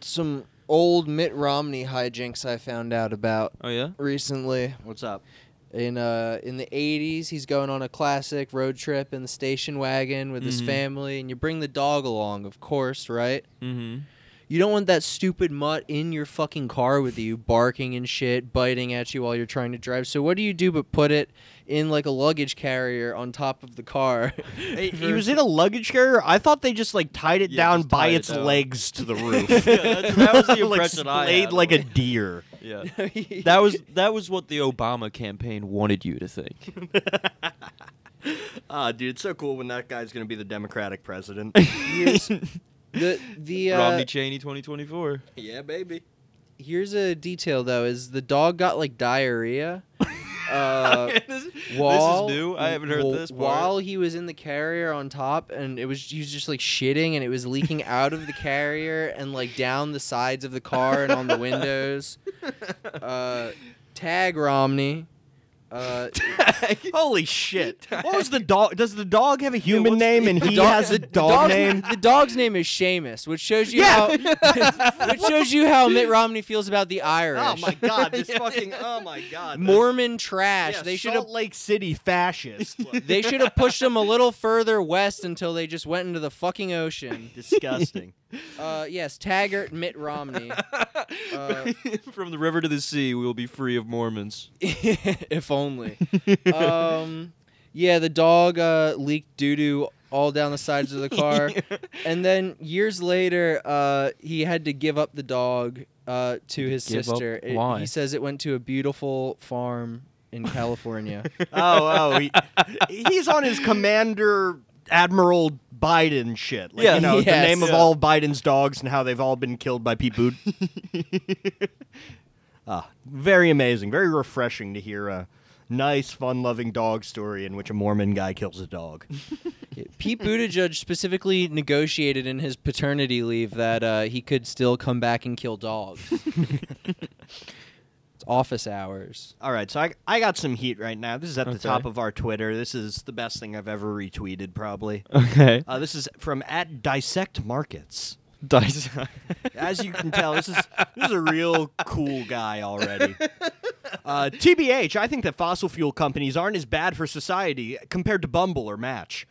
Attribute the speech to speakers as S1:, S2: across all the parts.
S1: some old Mitt Romney hijinks I found out about
S2: Oh yeah.
S1: recently.
S2: What's up?
S1: In uh in the 80s, he's going on a classic road trip in the station wagon with his
S2: Mhm.
S1: family and you bring the dog along, of course, right?
S2: Mm-hmm.
S1: You don't want that stupid mutt in your fucking car with you, barking and shit, biting at you while you're trying to drive. So what do you do but put it in like a luggage carrier on top of the car?
S3: Hey, He was in a luggage carrier. I thought they just like tied it
S2: Yeah,
S3: down
S2: just
S3: by
S2: tied it
S3: its
S2: down.
S3: legs to the roof.
S2: that's- that was the
S3: like
S2: impression I
S3: splayed
S2: had.
S3: like a deer.
S2: Yeah.
S1: that
S2: That was that was what the Obama campaign wanted you to think.
S4: Ah, dude, it's so cool when that guy's gonna be the Democratic president.
S1: here's the the uh,
S2: Romney Cheney 2024.
S4: yeah, baby.
S1: here's a detail though is the dog got like diarrhea uh,
S2: this, this
S1: while
S2: is new. I haven't heard
S1: wh-
S2: this. Part.
S1: while he was in the carrier on top and it was he was just like shitting and it was leaking out of the carrier and like down the sides of the car and on the windows uh, tag romney uh,
S3: Holy shit! What was the dog? Does the dog have a human
S2: what's-
S3: name and
S1: the
S3: he
S1: dog-
S3: has a
S1: the
S3: dog
S1: dog's-
S3: name?
S1: The dog's name is Seamus, which shows you
S3: Yeah.
S1: how which shows you how Mitt Romney feels about the Irish.
S4: Oh my god, this fucking. Oh my god.
S1: Mormon trash.
S4: Yeah,
S1: they should have
S3: Salt Lake City fascist.
S1: they should have pushed them a little further west until they just went into the fucking ocean.
S4: disgusting.
S1: Uh, yes, Taggart, Mitt Romney. Uh,
S2: From the river to the sea, we will be free of Mormons.
S1: if only.
S3: Uh,
S1: Um, yeah, the dog uh, leaked doo doo all down the sides of the car, and then years later, uh, he had to give up the dog uh, to his
S2: Give up?
S1: sister. It-
S2: Why?
S1: He says it went to a beautiful farm in California.
S3: oh,
S4: oh, he, he's on his commander admiral Biden shit. Like,
S2: Yeah.
S4: you know,
S1: Yes.
S4: the name of
S2: Yeah.
S4: all of Biden's dogs and how they've all been killed by Pete Boot. ah, very amazing, very refreshing to hear a nice, fun-loving dog story in which a Mormon guy kills a dog.
S1: Pete Buttigieg specifically negotiated in his paternity leave that uh, he could still come back and kill dogs. it's office hours.
S4: All right, so I, I got some heat right now. This is at the
S2: Okay.
S4: top of our Twitter. This is the best thing I've ever retweeted, probably.
S2: Okay.
S4: Uh, this is from at Dissect Markets.
S2: Dice.
S4: As you can tell, this is this is a real cool guy already. Uh, TBH, I think that fossil fuel companies aren't as bad for society compared to Bumble or Match.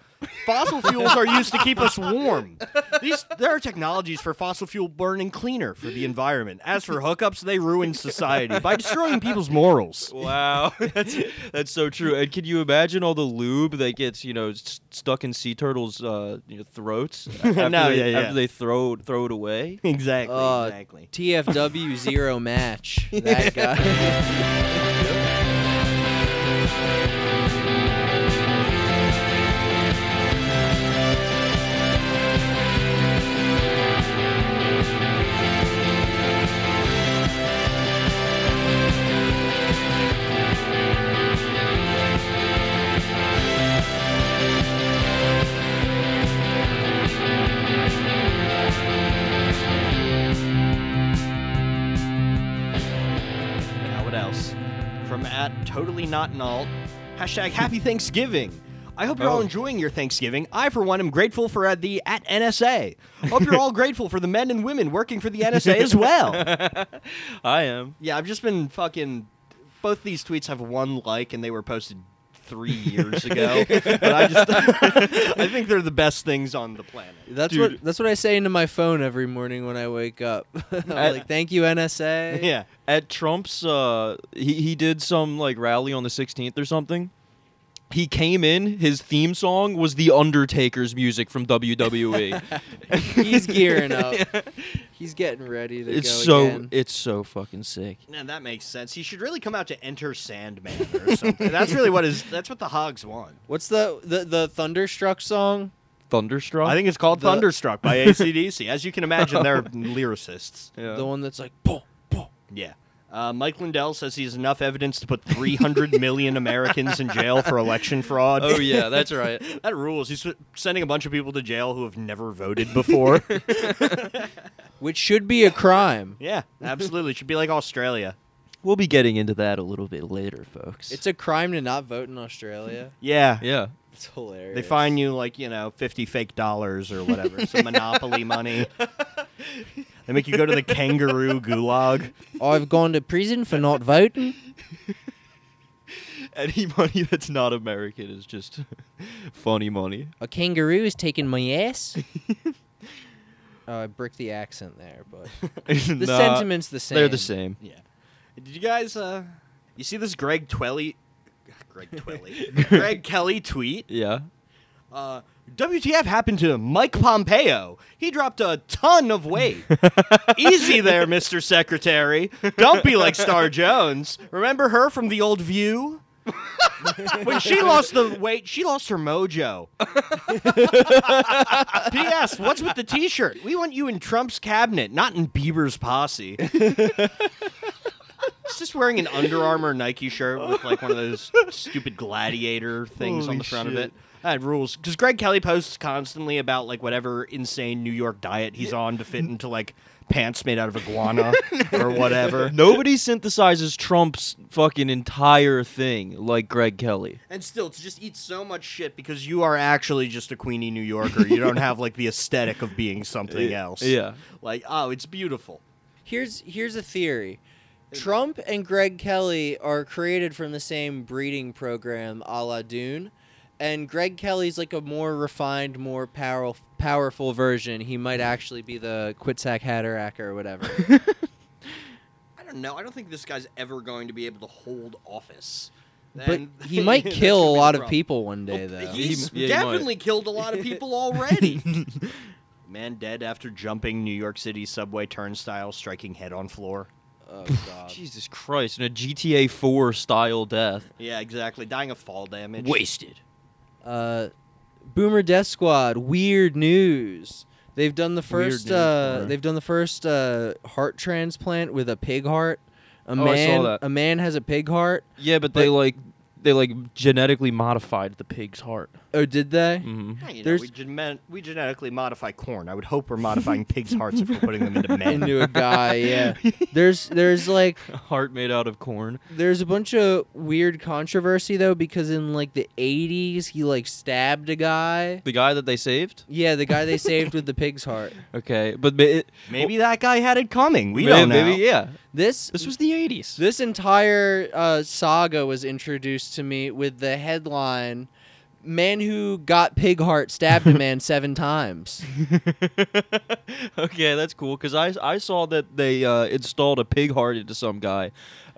S4: Fossil fuels are used to keep us warm. These there are technologies for fossil fuel burning cleaner for the environment. As for hookups, they ruin society by destroying people's morals.
S2: Wow, that's that's so true. And can you imagine all the lube that gets you know s- stuck in sea turtles' uh, you know, throats after,
S4: No,
S2: they,
S4: yeah, yeah.
S2: after they throw throw it away?
S4: Exactly.
S1: Uh,
S4: exactly.
S1: TFW zero match. That guy.
S4: Now what else? From at totally not null. Hashtag happy Thanksgiving. I hope you're all
S2: Oh.
S4: enjoying your Thanksgiving. I, for one, am grateful for uh, the at NSA. Hope you're all grateful for the men and women working for the NSA as well.
S2: I am.
S4: Yeah, I've just been fucking. Both these tweets have one like, and they were posted three years ago. but I just, I think they're the best things on the planet.
S1: That's
S2: Dude.
S1: what that's what I say into my phone every morning when I wake up. I'm like, thank you NSA.
S4: Yeah.
S2: At Trump's, uh, he he did some like rally on the 16th or something. He came in. His theme song was the Undertaker's music from E. WWE.
S1: He's gearing up. He's getting ready to
S2: it's
S1: go
S2: so
S1: again.
S2: it's so fucking sick.
S4: Now that makes sense. He should really come out to Enter Sandman or something. that's really what is. That's what the Hogs want.
S1: What's the, the the thunderstruck song?
S2: Thunderstruck.
S4: I think it's called Oh.
S1: The-
S4: Thunderstruck by ACDC. As you can imagine, they're lyricists.
S2: Yeah.
S1: The one that's like boom, boom.
S4: Yeah. Uh, Mike Lindell says he has enough evidence to put 300 million Americans in jail for election fraud.
S2: oh yeah, that's right.
S4: That rules. He's sending a bunch of people to jail who have never voted before.
S1: Which should be a crime.
S4: yeah, absolutely. It should be like Australia.
S2: We'll be getting into that a little bit later, folks.
S1: It's a crime to not vote in Australia.
S4: Yeah.
S2: yeah.
S1: It's hilarious.
S4: They fine you like, you know, 50 fake dollars or whatever, some monopoly money. They make you go to the kangaroo gulag.
S1: I've gone to prison for not voting.
S2: Any money that's not American is just funny money.
S1: A kangaroo is taking my ass. Oh, I bricked the accent there, but the
S2: Nah,
S1: sentiment's the same.
S2: They're the same.
S4: Yeah. Did you guys? uh You see this Greg Twelly? Greg Twelly. Greg Kelly tweet.
S2: Yeah.
S4: Uh, WTF happened to Mike Pompeo? He dropped a ton of weight. Easy there, Mr. Secretary. Don't be like Star Jones. Remember her from the old View? when she lost the weight, she lost her mojo. P.S. What's with the T-shirt? We want you in Trump's cabinet, not in Bieber's posse. It's just wearing an Under Armour Nike shirt with like one of those stupid gladiator things on
S2: Holy
S4: the front of
S2: shit.
S4: it. That rules. Because Greg Kelly posts constantly about like whatever insane New York diet he's on to fit into like pants made out of iguana or whatever.
S2: Nobody synthesizes Trump's fucking entire thing like Greg Kelly.
S4: And still, to just eat so much shit because you are actually just a Queenie New Yorker. You don't have like the aesthetic of being something else.
S2: Yeah.
S4: Like, oh, it's beautiful.
S1: Here's here's a theory. Trump and Greg Kelly are created from the same breeding program, a la Dune, and Greg Kelly's like a more refined, more power, powerful version. He might actually be the Quitsack Hatterack or whatever.
S4: I don't know. I don't think this guy's ever going to be able to hold office.
S1: but
S4: And-
S1: he might
S4: that's
S1: kill a
S4: gonna be the
S1: lot of
S4: problem.
S1: people one day,
S4: Well,
S1: though.
S4: Oh, He's
S2: uh, He- yeah, he might.
S4: definitely killed a lot of people already. Man dead after jumping New York City subway turnstile, striking head on floor.
S1: oh God.
S2: Jesus Christ, in a GTA 4 style death.
S4: Yeah, exactly. Dying of fall damage.
S3: Wasted.
S1: Uh, Boomer Death Squad. Weird news. They've done the
S2: Weird
S1: first.
S2: news,
S1: Uh,
S2: alright.
S1: they've done the first uh, heart transplant with a pig heart. A
S2: Oh, I saw
S1: man.
S2: that.
S1: A man has a pig heart.
S2: Yeah, but they like they like genetically modified the pig's heart.
S1: Oh, did they?
S2: Mm-hmm.
S4: Yeah, Ah, you know,
S1: There's-
S4: we, gen- we genetically modify corn. I would hope we're modifying pigs' hearts if we're putting them into men.
S1: Into a guy. Yeah. There's there's like
S2: Heart made out of corn.
S1: there's a bunch of weird controversy though because in like the 80s he like stabbed a guy.
S2: The guy that they saved?
S1: Yeah, the guy they saved with the pig's heart.
S2: Okay, but ma- it,
S4: Maybe that guy had it coming. We
S2: ma-
S4: don't know.
S2: maybe, yeah.
S1: This
S2: This was the 80s.
S1: This entire uh, saga was introduced to me with the headline Man who got pig heart stabbed a man seven times.
S2: okay, that's cool because I, I saw that they uh, installed a pig heart into some guy,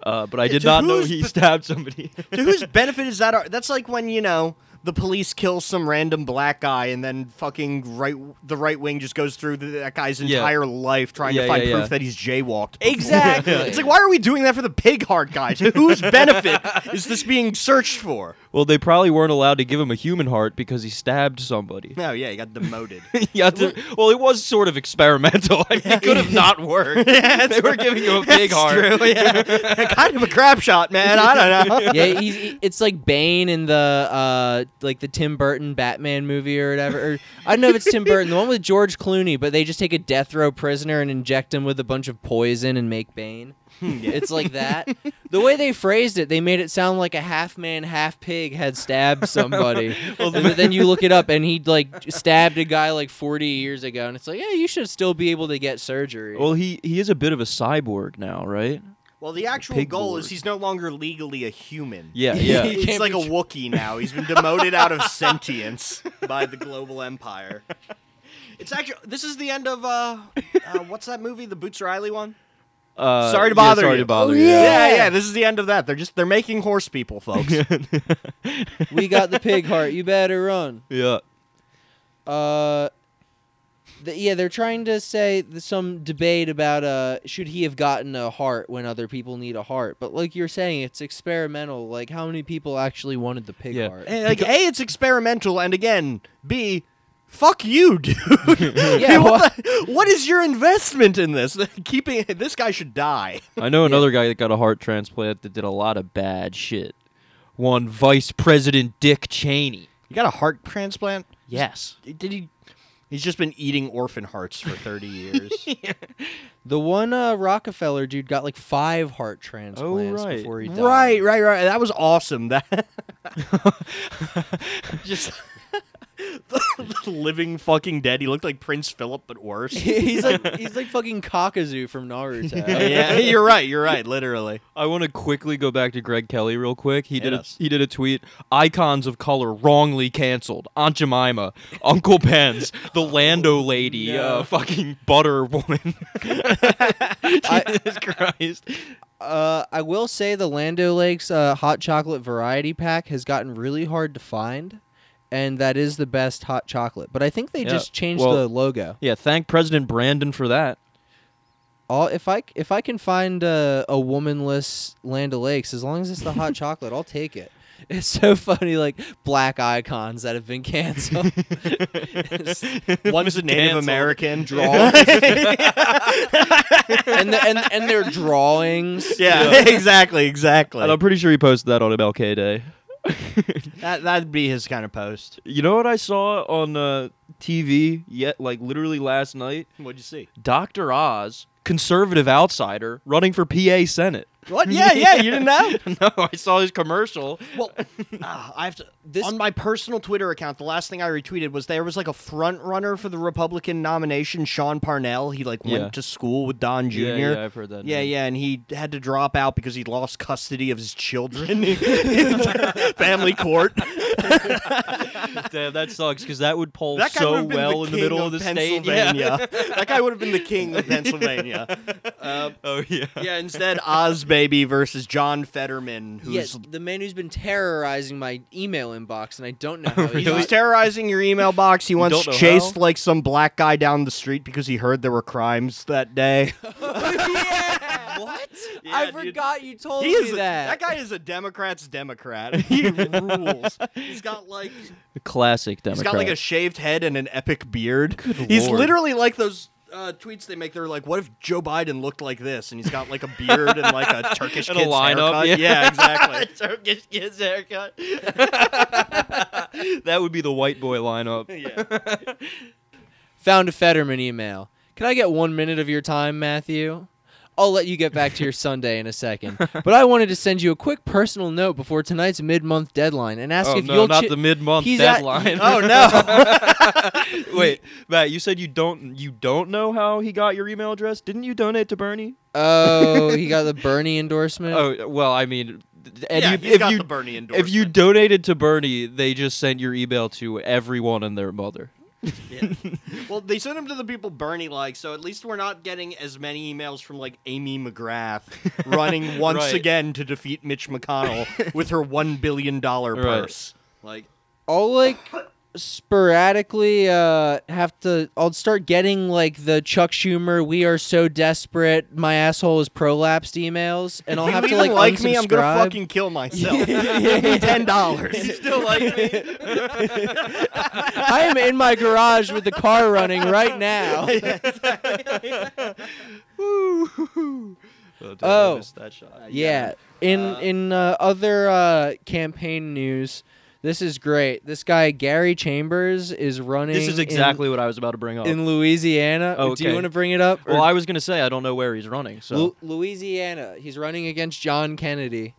S2: uh, but I did
S4: to
S2: not know
S4: whose
S2: he
S4: be-
S2: stabbed somebody.
S4: to whose benefit is that? ar- That's like when you know the police kill some random black guy, and then fucking right, the right wing just goes through th- that guy's
S2: Yeah.
S4: entire life trying
S2: Yeah,
S4: to find
S2: yeah,
S4: proof
S2: yeah.
S4: that he's jaywalked. before.
S1: Exactly.
S4: it's like why are we doing that for the pig heart guy? To whose benefit is this being searched for?
S2: well, they probably weren't allowed to give him a human heart because he stabbed somebody.
S4: No, Oh, yeah, he got demoted.
S2: yeah, well, it was sort of experimental. I mean, it could have not worked. they were giving him a pig
S4: That's
S2: heart.
S4: True, yeah. kind of a crap shot, man. I don't know.
S1: yeah, he's, he- it's like Bane in the uh, like the Tim Burton Batman movie or whatever. Or, I don't know if it's Tim Burton, the one with George Clooney, but they just take a death row prisoner and inject him with a bunch of poison and make Bane. It's like that. the way they phrased it, they made it sound like a half man, half pig had stabbed somebody. and then you look it up, and he like stabbed a guy like 40 years ago, and it's like, yeah, you should still be able to get surgery.
S2: Well, he he is a bit of a cyborg now, right?
S4: Well, the actual
S2: Pig
S4: goal
S2: board.
S4: is he's no longer legally a human.
S2: Yeah, yeah.
S1: He
S4: He's
S1: can't
S4: like a
S1: be tr-
S4: Wookiee now. He's been demoted out of sentience by the global empire. It's actually this is the end of uh, uh what's that movie? The Boots Riley one.
S2: Uh,
S4: Sorry to
S2: yeah,
S4: bother
S2: sorry
S4: you.
S2: to bother
S1: Oh,
S2: you.
S1: Yeah.
S4: yeah, This is the end of that. They're just they're making horse people, folks.
S1: we got the pig heart. You better run.
S2: Yeah.
S1: Uh, th- yeah, they're trying to say th- some debate about uh, should he have gotten a heart when other people need a heart? But like you're saying, it's experimental. Like, how many people actually wanted the pig
S2: Yeah.
S1: heart?
S4: And, like A, it's experimental, and again, B, fuck you, dude.
S1: Yeah,
S4: what, what is your investment in this? Keeping this guy should die.
S2: I know another guy that got a heart transplant that did a lot of bad shit. One Vice President Dick Cheney.
S4: You got a heart transplant?
S2: Yes.
S4: Did he? He's just been eating orphan hearts for thirty years.
S1: The one uh, Rockefeller dude got like five heart transplants
S2: Oh, right.
S1: before he died.
S4: Right, right, right. That was awesome. That just living fucking dead. He looked like Prince Philip, but worse.
S1: he's like he's like fucking Kakazu from Naruto.
S4: yeah, you're right. You're right. Literally.
S2: I want to quickly go back to Greg Kelly real quick. He did a,
S4: Yes.
S2: he did a tweet: "Icons of color wrongly canceled. Aunt Jemima, Uncle Ben's, the Lando lady, uh, fucking butter woman." Jesus Christ!
S1: Uh, I will say the Lando Lakes uh, hot chocolate variety pack has gotten really hard to find, and that is the best hot chocolate. But I think they
S2: Yeah,
S1: just changed
S2: well-
S1: the logo.
S2: Yeah, thank President Brandon for that.
S1: All if I if I can find a, a womanless Land O'Lakes, as long as it's the hot chocolate, I'll take it. It's so funny, like black icons that have been canceled.
S4: One's a Native
S2: Canceled.
S4: American.
S1: Drawings. and, the, and and their drawings.
S4: Yeah, exactly, exactly.
S2: And I'm pretty sure he posted that on MLK Day.
S4: That that'd be his kind of post.
S2: You know what I saw on uh, TV yet, like literally last night?
S4: What'd you see?
S2: Dr. Oz, conservative outsider, running for PA Senate.
S4: What? Yeah, yeah. You didn't know?
S2: no, I saw his commercial.
S4: Well, ah, I have to.
S1: This-
S4: on my personal Twitter account, the last thing I retweeted was there was like a front runner for the Republican nomination, Sean Parnell. He like went
S2: Yeah.
S4: to school with Don Jr.
S2: Yeah, yeah, I've heard that.
S4: Yeah,
S2: name.
S4: yeah, and he had to drop out because he lost custody of his children in family court.
S2: Damn, that sucks because that would poll
S4: That guy
S2: so
S4: would've been
S2: well in the
S4: king
S2: middle of the state. Yeah.
S4: Pennsylvania. that guy would have been the king of Pennsylvania. Uh,
S2: Oh yeah.
S4: yeah, instead Oz Baby versus John Fetterman, who's
S1: Yes, the man who's been terrorizing my email inbox, and I don't know how
S4: He's
S1: he got-
S4: terrorizing your email box. He once
S2: don't know
S4: chased
S2: how?
S4: like some black guy down the street because he heard there were crimes that day.
S1: yeah. What?
S4: Yeah,
S1: I
S4: dude.
S1: forgot you told
S4: He
S1: me
S4: is a-
S1: that.
S4: guy is a Democrat's Democrat. He rules. He's got like
S2: Classic Democrat.
S4: he's got like a shaved head and an epic beard.
S2: Good
S4: he's
S2: lord.
S4: literally like those uh, tweets they make. They're like, "What if Joe Biden looked like this?" And he's got like a beard and like a Turkish
S2: And a
S4: kid's
S2: lineup,
S4: haircut.
S2: yeah.
S4: exactly.
S2: Turkish kid's haircut. that would be the white boy lineup.
S4: yeah.
S1: Found a Fetterman email. Can I get one minute of your time, Matthew? I'll let you get back to your Sunday in a second, but I wanted to send you a quick personal note before tonight's mid-month deadline and ask
S2: Oh
S1: if
S2: no,
S1: you'll
S2: not
S1: chi-
S2: the mid-month
S1: He's at-
S2: deadline.
S4: Oh no.
S2: Wait, Matt, you said you don't you don't know how he got your email address? Didn't you donate to Bernie?
S1: Oh, he got the Bernie endorsement.
S2: Oh well, I mean, and
S4: yeah,
S2: you,
S4: he's
S2: if
S4: got
S2: you
S4: the Bernie endorsement.
S2: if you donated to Bernie, they just sent your email to everyone and their mother.
S4: Well, they sent them to the people Bernie likes, so at least we're not getting as many emails from like Amy McGrath running once
S2: Right.
S4: again to defeat Mitch McConnell with her one billion dollar
S2: Right.
S4: purse. Like,
S1: I'll like sporadically uh have to I'll start getting like the Chuck Schumer we are so desperate my asshole is prolapsed emails and I'll
S4: "You
S1: have to
S4: even
S1: like
S4: like me, I'm gonna
S1: unsubscribe.
S4: fucking kill myself. Give me ten dollars.
S2: Still like me.
S1: I am in my garage with the car running right now.
S2: Oh, damn,
S1: Oh.
S2: I missed that shot.
S1: Yeah. In in uh, other uh campaign news, this is great. This guy Gary Chambers is running
S2: This is
S1: in-
S2: exactly what I was about to bring up.
S1: in, Louisiana.
S2: Oh,
S1: Do you
S2: okay.
S1: want to bring it up?
S2: well,
S1: Or-
S2: I was gonna say I don't know where he's running. So
S1: Lu- Louisiana. He's running against John Kennedy.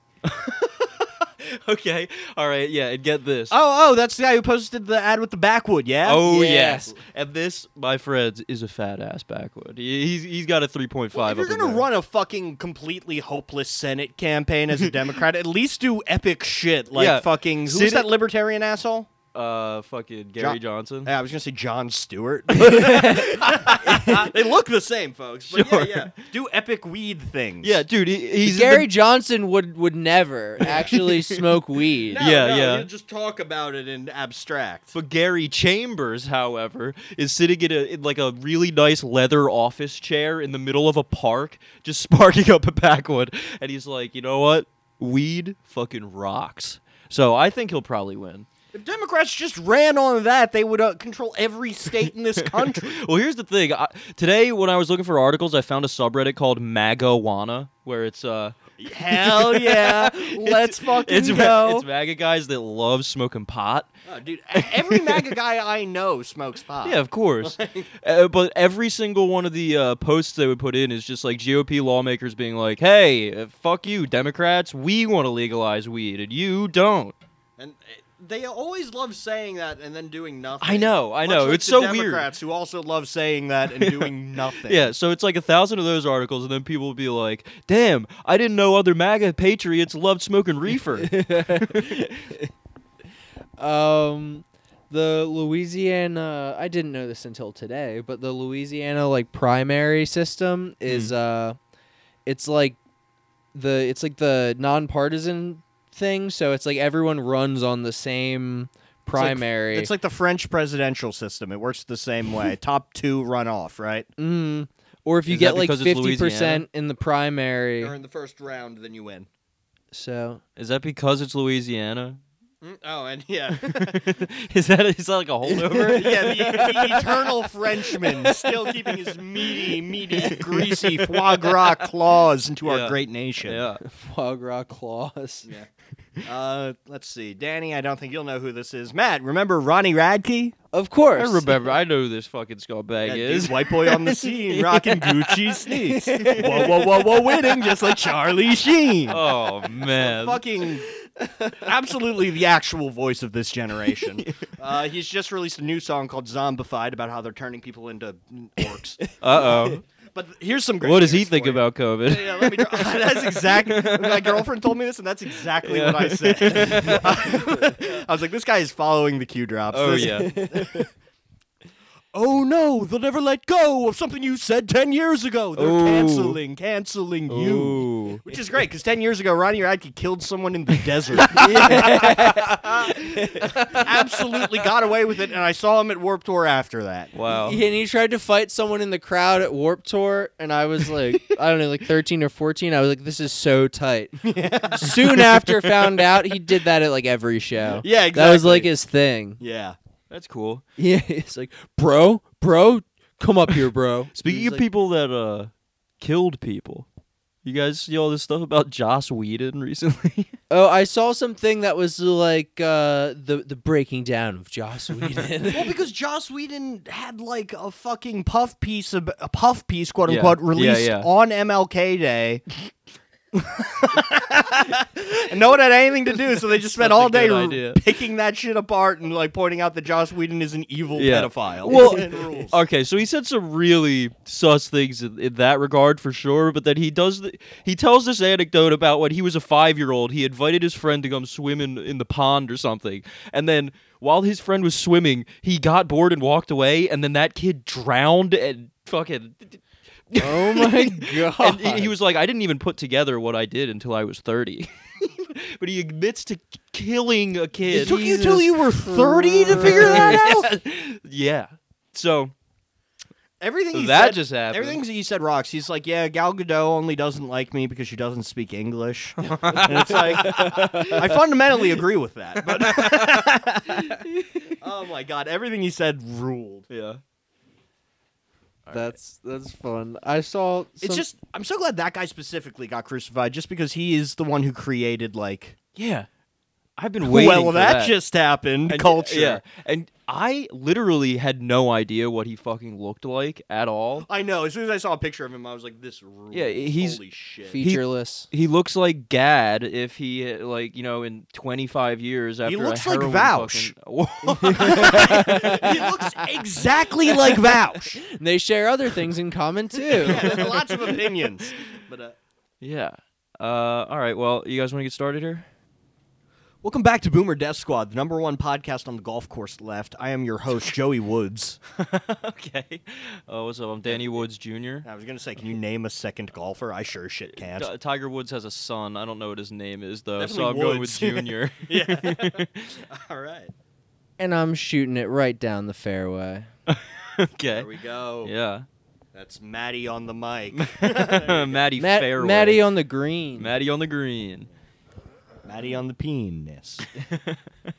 S2: okay, all right, yeah, and get this.
S4: Oh, oh, that's the guy who posted the ad with the backwood, yeah?
S2: Oh
S1: Yeah.
S2: yes, and this, my friends, is a fat ass backwood. He- He's he's got a three point
S4: Well,
S2: five.
S4: if you're
S2: up in
S4: gonna
S2: there.
S4: run a fucking completely hopeless Senate campaign as a Democrat, at least do epic shit like
S2: Yeah.
S4: fucking.
S2: Sit
S4: Who's
S2: it-
S4: that libertarian asshole?
S2: uh, fucking Gary Johnson.
S4: Yeah, I was gonna say John Stewart. they look the same, folks. But
S2: Sure.
S4: yeah, yeah. Do epic weed things.
S2: Yeah, dude, he, he's
S1: Gary
S2: The,
S1: Johnson would would never actually smoke weed.
S4: No,
S2: Yeah,
S4: no,
S2: yeah.
S4: You just talk about it in abstract.
S2: but Gary Chambers, however, is sitting in a in like a really nice leather office chair in the middle of a park, just sparking up a backwood, and he's like, you know what, weed fucking rocks. So I think he'll probably win.
S4: if Democrats just ran on that, they would uh, control every state in this country.
S2: Well, here's the thing. I, today, when I was looking for articles, I found a subreddit called Magawana, where it's uh,
S4: Hell yeah, let's fucking
S2: it's, ma-
S4: go.
S2: it's MAGA guys that love smoking pot.
S4: Oh, dude, e- every MAGA guy I know smokes pot.
S2: Yeah, of course. uh, but every single one of the uh, posts they would put in is just like GOP lawmakers being like, "Hey, uh, fuck you, Democrats. We want to legalize weed, and you don't."
S4: and eh, They always love saying that and then doing nothing.
S2: I know, I
S4: Much
S2: know,
S4: like
S2: it's
S4: the
S2: so weird.
S4: Democrats who also love saying that and doing nothing.
S2: Yeah, so it's like a thousand of those articles, and then people will be like, "Damn, I didn't know other MAGA patriots loved smoking reefer."
S1: Um, the Louisiana, I didn't know this until today, but the Louisiana like primary system is
S2: Hmm.
S1: uh, it's like the it's like the nonpartisan thing. So it's like everyone runs on the same primary.
S4: It's like the French presidential system. It works the same way. Top two run off, right?
S1: mm, or if you
S2: Is
S1: get
S2: that
S1: like
S2: because it's
S1: fifty percent in the
S4: Or
S1: primary,
S4: in the first round, then you win.
S1: so
S2: Is that because it's Louisiana?
S4: Mm, Oh, and yeah.
S2: is that is that like a holdover?
S4: yeah, the, the eternal Frenchman still keeping his meaty, meaty, greasy foie gras claws into
S2: Yeah.
S4: our great nation.
S2: yeah.
S1: foie gras claws.
S4: Uh, let's see, Danny. I don't think you'll know who this is. Matt, remember Ronnie Radke?
S1: Of
S2: I
S1: course.
S2: remember. I know who this fucking scumbag
S4: That
S2: is.
S4: dude, white boy on the scene, rocking Gucci sneaks. whoa, whoa, whoa, whoa, winning just like Charlie Sheen.
S2: Oh man.
S4: Fucking, absolutely the actual voice of this generation. Uh, he's just released a new song called "Zombified" about how they're turning people into orcs.
S2: Uh
S4: But here's some
S2: oh.
S4: great.
S2: What does he
S4: news
S2: think
S4: for you.
S2: about COVID?
S4: Yeah, let me. Draw. that's exactly. My girlfriend told me this, and that's exactly what I said. I was like, this guy is following the cue drops.
S2: Oh
S4: This-
S2: yeah.
S4: Oh no, they'll never let go of something you said ten years ago. They're
S2: Ooh.
S4: canceling, canceling you.
S2: Ooh.
S4: Which is great because ten years ago, Ronnie Radke killed someone in the desert. Absolutely got away with it, and I saw him at Warp Tour after that.
S2: Wow.
S1: Yeah, and he tried to fight someone in the crowd at Warp Tour, and I was like, I don't know, like 13 or 14. I was like, this is so tight. Soon after, found out he did that at like every show.
S4: Yeah, exactly.
S1: That was like his thing.
S4: yeah.
S2: That's cool.
S1: Yeah, it's like, bro, bro, come up here, bro.
S2: Speaking
S1: He's
S2: of
S1: like,
S2: people that uh killed people, you guys see all this stuff about Joss Whedon recently?
S1: oh, I saw something that was like uh, the the breaking down of Joss Whedon.
S4: Well, because Joss Whedon had like a fucking puff piece, of, a puff piece, quote unquote,
S2: Yeah, yeah,
S4: released
S2: yeah.
S4: on MLK Day. and no one had anything to do, so they just spent
S2: That's a
S4: all day
S2: good
S4: r-
S2: idea.
S4: picking that shit apart and like pointing out that Joss Whedon is an evil
S2: Yeah.
S4: pedophile.
S2: Well,
S4: And rules.
S2: okay, so he said some really sus things in, in that regard for sure, but then he does the, he tells this anecdote about when he was a 5-year-old, he invited his friend to come swim in, in the pond or something. And then while his friend was swimming, he got bored and walked away and then that kid drowned and fucking
S1: oh my
S2: and
S1: god!
S2: he- he was like, I didn't even put together what I did until I was 30. but he admits to k- killing a kid.
S4: it took you till you were thirty to figure that out.
S2: yeah. yeah. So
S4: Everything he
S2: that
S4: said,
S2: just happened.
S4: Everything he said rocks. He's like, yeah, Gal Gadot only doesn't like me because she doesn't speak English. and it's like, I fundamentally agree with that. But oh my god, everything he said ruled.
S2: Yeah.
S1: that's that's fun. I saw.
S4: It's
S1: some-
S4: just, I'm so glad that guy specifically got crucified, just because he is the one who created like,
S2: Yeah. I've been waiting
S4: well,
S2: for
S4: that,
S2: that
S4: just happened.
S2: And-
S4: culture.
S2: Yeah. And I literally had no idea what he fucking looked like at all.
S4: I know. As soon as I saw a picture of him, I was like, this ruled.
S2: Yeah, he's-
S4: holy shit.
S1: featureless.
S2: He looks like Gad if he uh, like, you know, in 25 years after
S4: looks
S2: a
S4: like
S2: heroin
S4: Vouch.
S2: fucking-
S4: he looks exactly like Vouch.
S1: And they share other things in common too.
S4: Yeah, lots of opinions. But uh,
S2: Yeah. Uh, all right. Well, you guys want to get started here?
S4: Welcome back to Boomer Death Squad, the number one podcast on the golf course left. I am your host, Joey Woods.
S2: okay. Uh, what's up? I'm Danny Woods Jr.
S4: I was going to say, can you name a second golfer? I sure shit can't.
S2: T- Tiger Woods has a son. I don't know what his name is though, so
S4: Definitely
S2: I'm going with
S4: Woods.
S2: Junior.
S4: All right.
S1: and I'm shooting it right down the fairway.
S2: okay.
S4: There we go.
S2: Yeah.
S4: That's Maddie on the mic.
S2: Maddie
S1: Matt,
S2: Fairway.
S1: Matty on the green.
S2: Matty on the green.
S4: Maddie on the penis.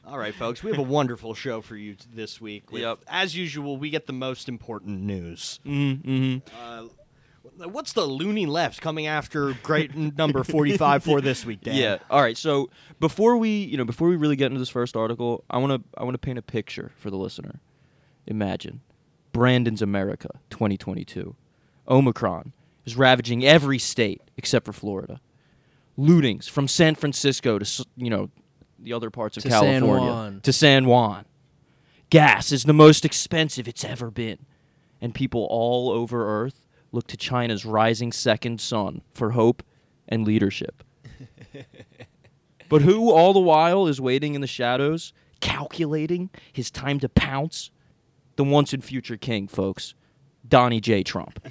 S4: All right, folks, we have a wonderful show for you t- this week. With,
S2: Yep.
S4: As usual, we get the most important news.
S2: Mm-hmm.
S4: Uh, what's the loony left coming after great n- number 45 for this week, Dan?
S2: Yeah. All right. So before we, you know, before we really get into this first article, I want to, I want to paint a picture for the listener. Imagine Brandon's America, 2022. Omicron is ravaging every state except for Florida. Lootings from San Francisco to, s- you know, the other parts of
S1: To San
S2: California
S1: Juan.
S2: to San Juan. Gas is the most expensive it's ever been, and people all over Earth look to China's rising second sun for hope and leadership. but who, all the while, is waiting in the shadows, calculating his time to pounce? The once and future king, folks, Donnie J. Trump.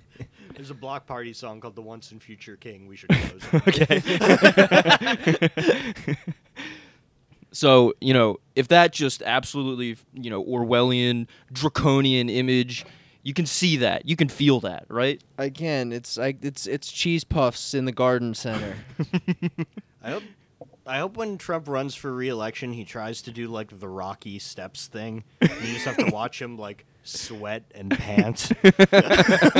S4: There's a block party song called "The Once and Future King." We should close. it.
S2: So, you know, if that just absolutely, you know, Orwellian, draconian image, you can see that. You can feel that, right?
S1: I can. It's like it's it's cheese puffs in the garden center.
S4: I hope. I hope when Trump runs for re-election, he tries to do like the Rocky steps thing. You just have to watch him like sweat and pant,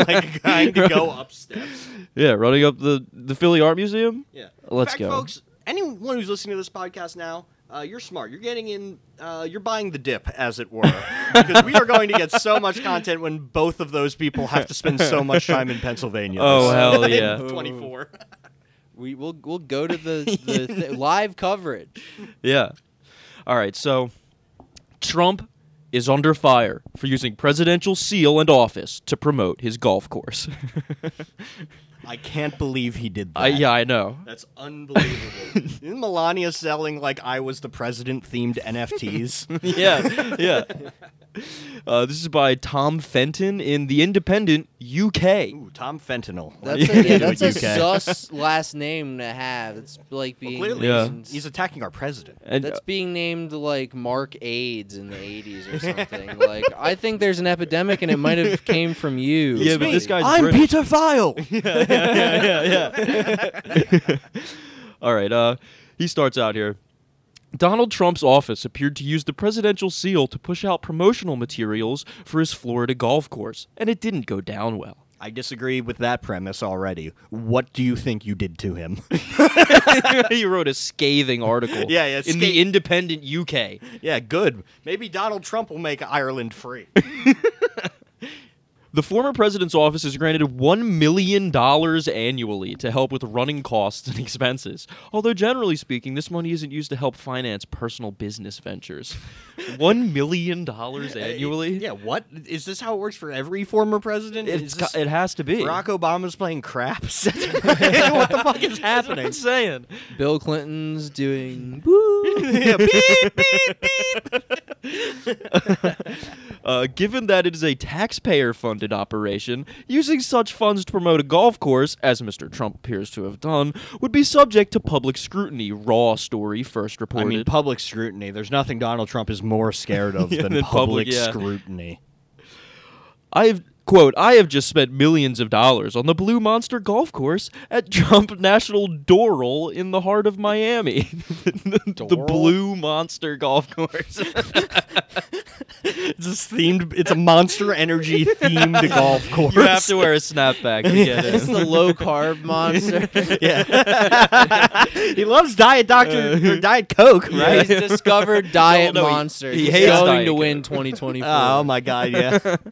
S4: like trying to go up steps.
S2: Yeah, running up the, the Philly Art Museum.
S4: Yeah.
S2: Let's
S4: in fact,
S2: go.
S4: folks. Anyone who's listening to this podcast now, uh, you're smart. You're getting in. Uh, you're buying the dip, as it were, because we are going to get so much content when both of those people have to spend so much time in Pennsylvania.
S2: Oh,
S4: this-
S2: hell
S4: in
S2: yeah.
S4: Twenty-four.
S1: we will we'll go to the the th- live coverage.
S2: Yeah. All right, so Trump is under fire for using presidential seal and office to promote his golf course.
S4: I can't believe he did that.
S2: I, yeah, I know.
S4: That's unbelievable. Isn't Melania selling like I was the president themed NFTs?
S2: yeah, yeah. Uh, this is by Tom Fenton in The Independent UK.
S4: Ooh, Tom Fentanyl.
S1: That's a, yeah,
S4: Dude,
S1: that's a
S4: UK.
S1: sus last name to have. It's like being
S4: Clearly,
S2: Yeah.
S1: named-
S4: he's attacking our president.
S2: And uh,
S1: that's being named like Mark AIDS in the '80s or something. like I think there's an epidemic and it might have came from you.
S2: Yeah, but this
S1: buddy.
S2: guy's British.
S4: Peter File.
S2: yeah, yeah, yeah. All right. Uh, he starts out here. Donald Trump's office appeared to use the presidential seal to push out promotional materials for his Florida golf course, and it didn't go down well.
S4: I disagree with that premise already. What do you think you did to him?
S2: he wrote a scathing article.
S4: Yeah, yeah,
S2: in
S4: sca-
S2: the Independent UK.
S4: yeah, good. Maybe Donald Trump will make Ireland free.
S2: The former president's office is granted $1 million annually to help with running costs and expenses. Although, generally speaking, this money isn't used to help finance personal business ventures. $1 million annually?
S4: yeah, what is this? How it works for every former president?
S2: It's
S4: is
S2: ca-
S4: this
S2: it has to be.
S4: Barack Obama's playing craps? what the fuck is
S2: That's what
S4: happening?
S2: I'm saying.
S1: Bill Clinton's doing.
S4: Yeah, beep, beep, beep.
S2: Uh, given that it is a taxpayer funded operation, using such funds to promote a golf course, as Mr. Trump appears to have done, would be subject to public scrutiny, raw story first
S4: I
S2: reported.
S4: mean, public scrutiny. There's nothing Donald Trump is more scared of
S2: Yeah,
S4: than,
S2: than public,
S4: public,
S2: yeah.
S4: scrutiny.
S2: I've quote, I have just spent millions of dollars on the Blue Monster golf course at Trump National Doral in the heart of Miami. the, the
S1: Doral?
S2: Blue Monster golf course.
S4: It's a themed. It's a Monster Energy themed golf course.
S2: you have to wear a snapback to get
S1: It's
S2: it.
S1: the low carb monster.
S4: yeah. he loves Diet Doctor
S2: Uh,
S4: or Diet Coke,
S1: Right?
S4: right?
S1: He's discovered diet
S2: No, no, he-
S1: monster.
S2: he
S1: He's
S2: hates
S1: going
S2: Diet
S1: to
S2: Coke.
S1: win 2024.
S4: Oh my God! Yeah,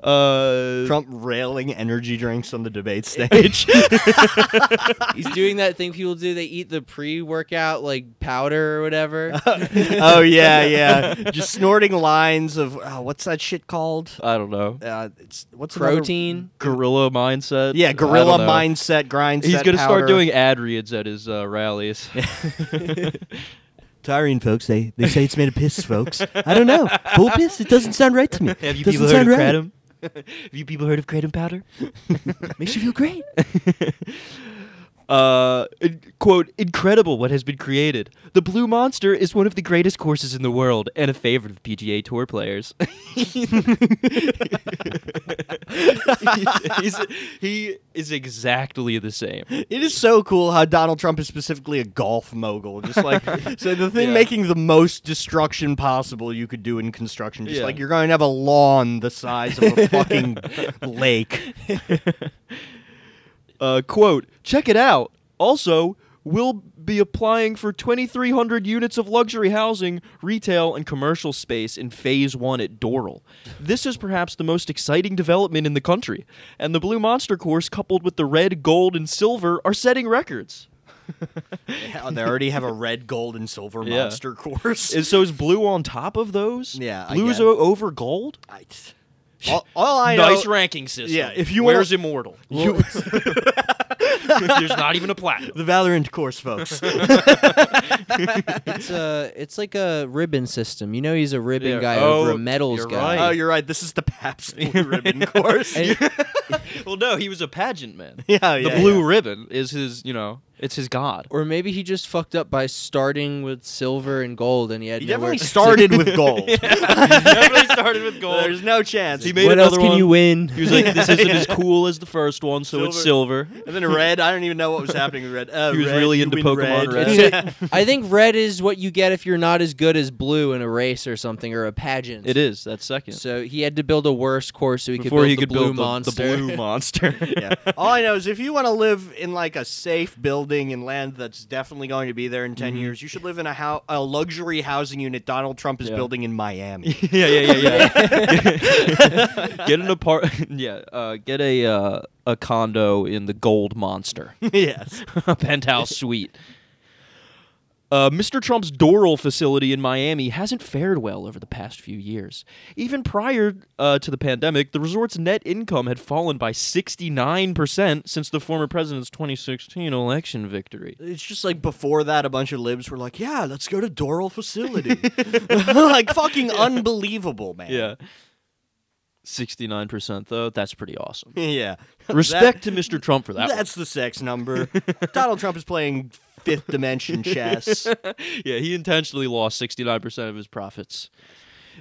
S2: Uh,
S4: Trump railing energy drinks on the debate stage.
S1: He's doing that thing people do. They eat the pre-workout like powder or whatever.
S4: oh yeah, yeah. Just snorting lines of oh, what's that shit called?
S2: I don't know.
S4: Uh, it's what's another-
S1: Protein.
S2: Gorilla mindset.
S4: Yeah,
S2: I don't
S4: gorilla
S2: know.
S4: mindset grind.
S2: He's
S4: going
S2: gonna
S4: to
S2: start doing ad reads at his uh, rallies.
S4: Tyrene folks, they, they say it's made of piss, folks. I don't know. Bull piss? It doesn't sound right to me.
S2: Have you
S4: doesn't
S2: people heard
S4: sound
S2: of
S4: right.
S2: kratom? Have you people heard of kratom powder?
S4: Makes you feel great.
S2: Uh, in- quote, incredible what has been created. The Blue Monster is one of the greatest courses in the world and a favorite of PGA Tour players. He's- he is exactly the same.
S4: It is so cool how Donald Trump is specifically a golf mogul. Just like, so the thing
S2: Yeah.
S4: making the most destruction possible you could do in construction. Just
S2: Yeah.
S4: like, you're going to have a lawn the size of a fucking lake.
S2: Uh, quote, check it out. Also, we'll be applying for 2,300 units of luxury housing, retail, and commercial space in phase one at Doral. This is perhaps the most exciting development in the country, and the Blue Monster course, coupled with the red, gold, and silver, are setting records.
S4: Yeah, they already have a red, gold, and silver
S2: Yeah.
S4: monster course.
S2: And so is blue on top of those?
S4: Yeah, I
S2: Blue's
S4: get it.
S2: o- over gold?
S4: I- all, all I know.
S2: nice ranking system.
S4: Yeah, if you
S2: Where's immortal?
S4: You-
S2: There's not even a platinum.
S4: the Valorant course, folks. Oh,
S1: It's a, it's like a ribbon system. You know, he's a ribbon
S2: Yeah.
S1: guy
S2: Oh,
S1: over a medals
S2: you're
S1: guy.
S2: right.
S4: oh, you're right. This is the Pabst Blue Ribbon course.
S1: And-
S2: well, no, he was a pageant man.
S4: yeah,
S2: the
S4: yeah,
S2: blue ribbon is his, you know, it's his god.
S1: or maybe he just fucked up by starting with silver and gold, and he had
S4: He
S1: nowhere
S4: definitely
S1: to-
S4: started with gold.
S2: Definitely started with
S4: There's no chance.
S2: He made
S1: what else
S2: another
S1: can
S2: one.
S1: you win?
S2: He was like, this isn't as cool as the first one, so it's silver.
S4: and then red. I don't even know what was happening with red. Uh,
S2: He was
S4: red,
S2: really
S4: you
S2: into
S4: win
S2: Pokemon Red.
S1: It's a- I think red is what you get if you're not as good as blue in a race or something or a pageant.
S2: It is, that's second.
S1: So he had to build a worse course so he
S2: Before
S1: could build
S2: he
S1: the
S2: could
S1: blue
S2: build the,
S1: monster.
S2: the blue monster.
S4: yeah. All I know is if you want to live in like a safe building and land that's definitely going to be there in 10
S2: Mm-hmm.
S4: years, you should live in a hou- a luxury housing unit Donald Trump is
S2: Yeah.
S4: building in Miami.
S2: yeah, yeah, yeah, yeah. get an apart. Yeah, uh, get a uh, a condo in the Gold Monster,
S4: yes.
S2: a penthouse suite. Uh, Mr. Trump's Doral facility in Miami hasn't fared well over the past few years. Even prior uh, to the pandemic, the resort's net income had fallen by 69% since the former president's 2016 election victory.
S4: It's just like before that, a bunch of libs were like, yeah, let's go to Doral facility. like fucking unbelievable, man.
S2: Yeah. 69%, though. That's pretty awesome.
S4: Yeah. That-
S2: Respect to Mr. Trump for that. one.
S4: that's the sex number. Donald Trump is playing fifth dimension chess.
S2: yeah, he intentionally lost 69% of his profits.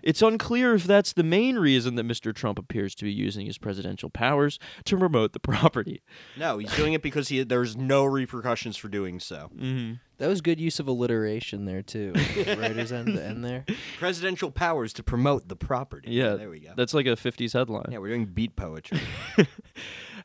S2: It's unclear if that's the main reason that Mr. Trump appears to be using his presidential powers to promote the property.
S4: No, he's doing it because he there's no repercussions for doing so.
S2: Mm.
S1: That was good use of alliteration there too. Writers end the end there.
S4: Presidential powers to promote the property.
S2: Yeah,
S4: there we go.
S2: That's like a 50s headline.
S4: Yeah, we're doing beat poetry.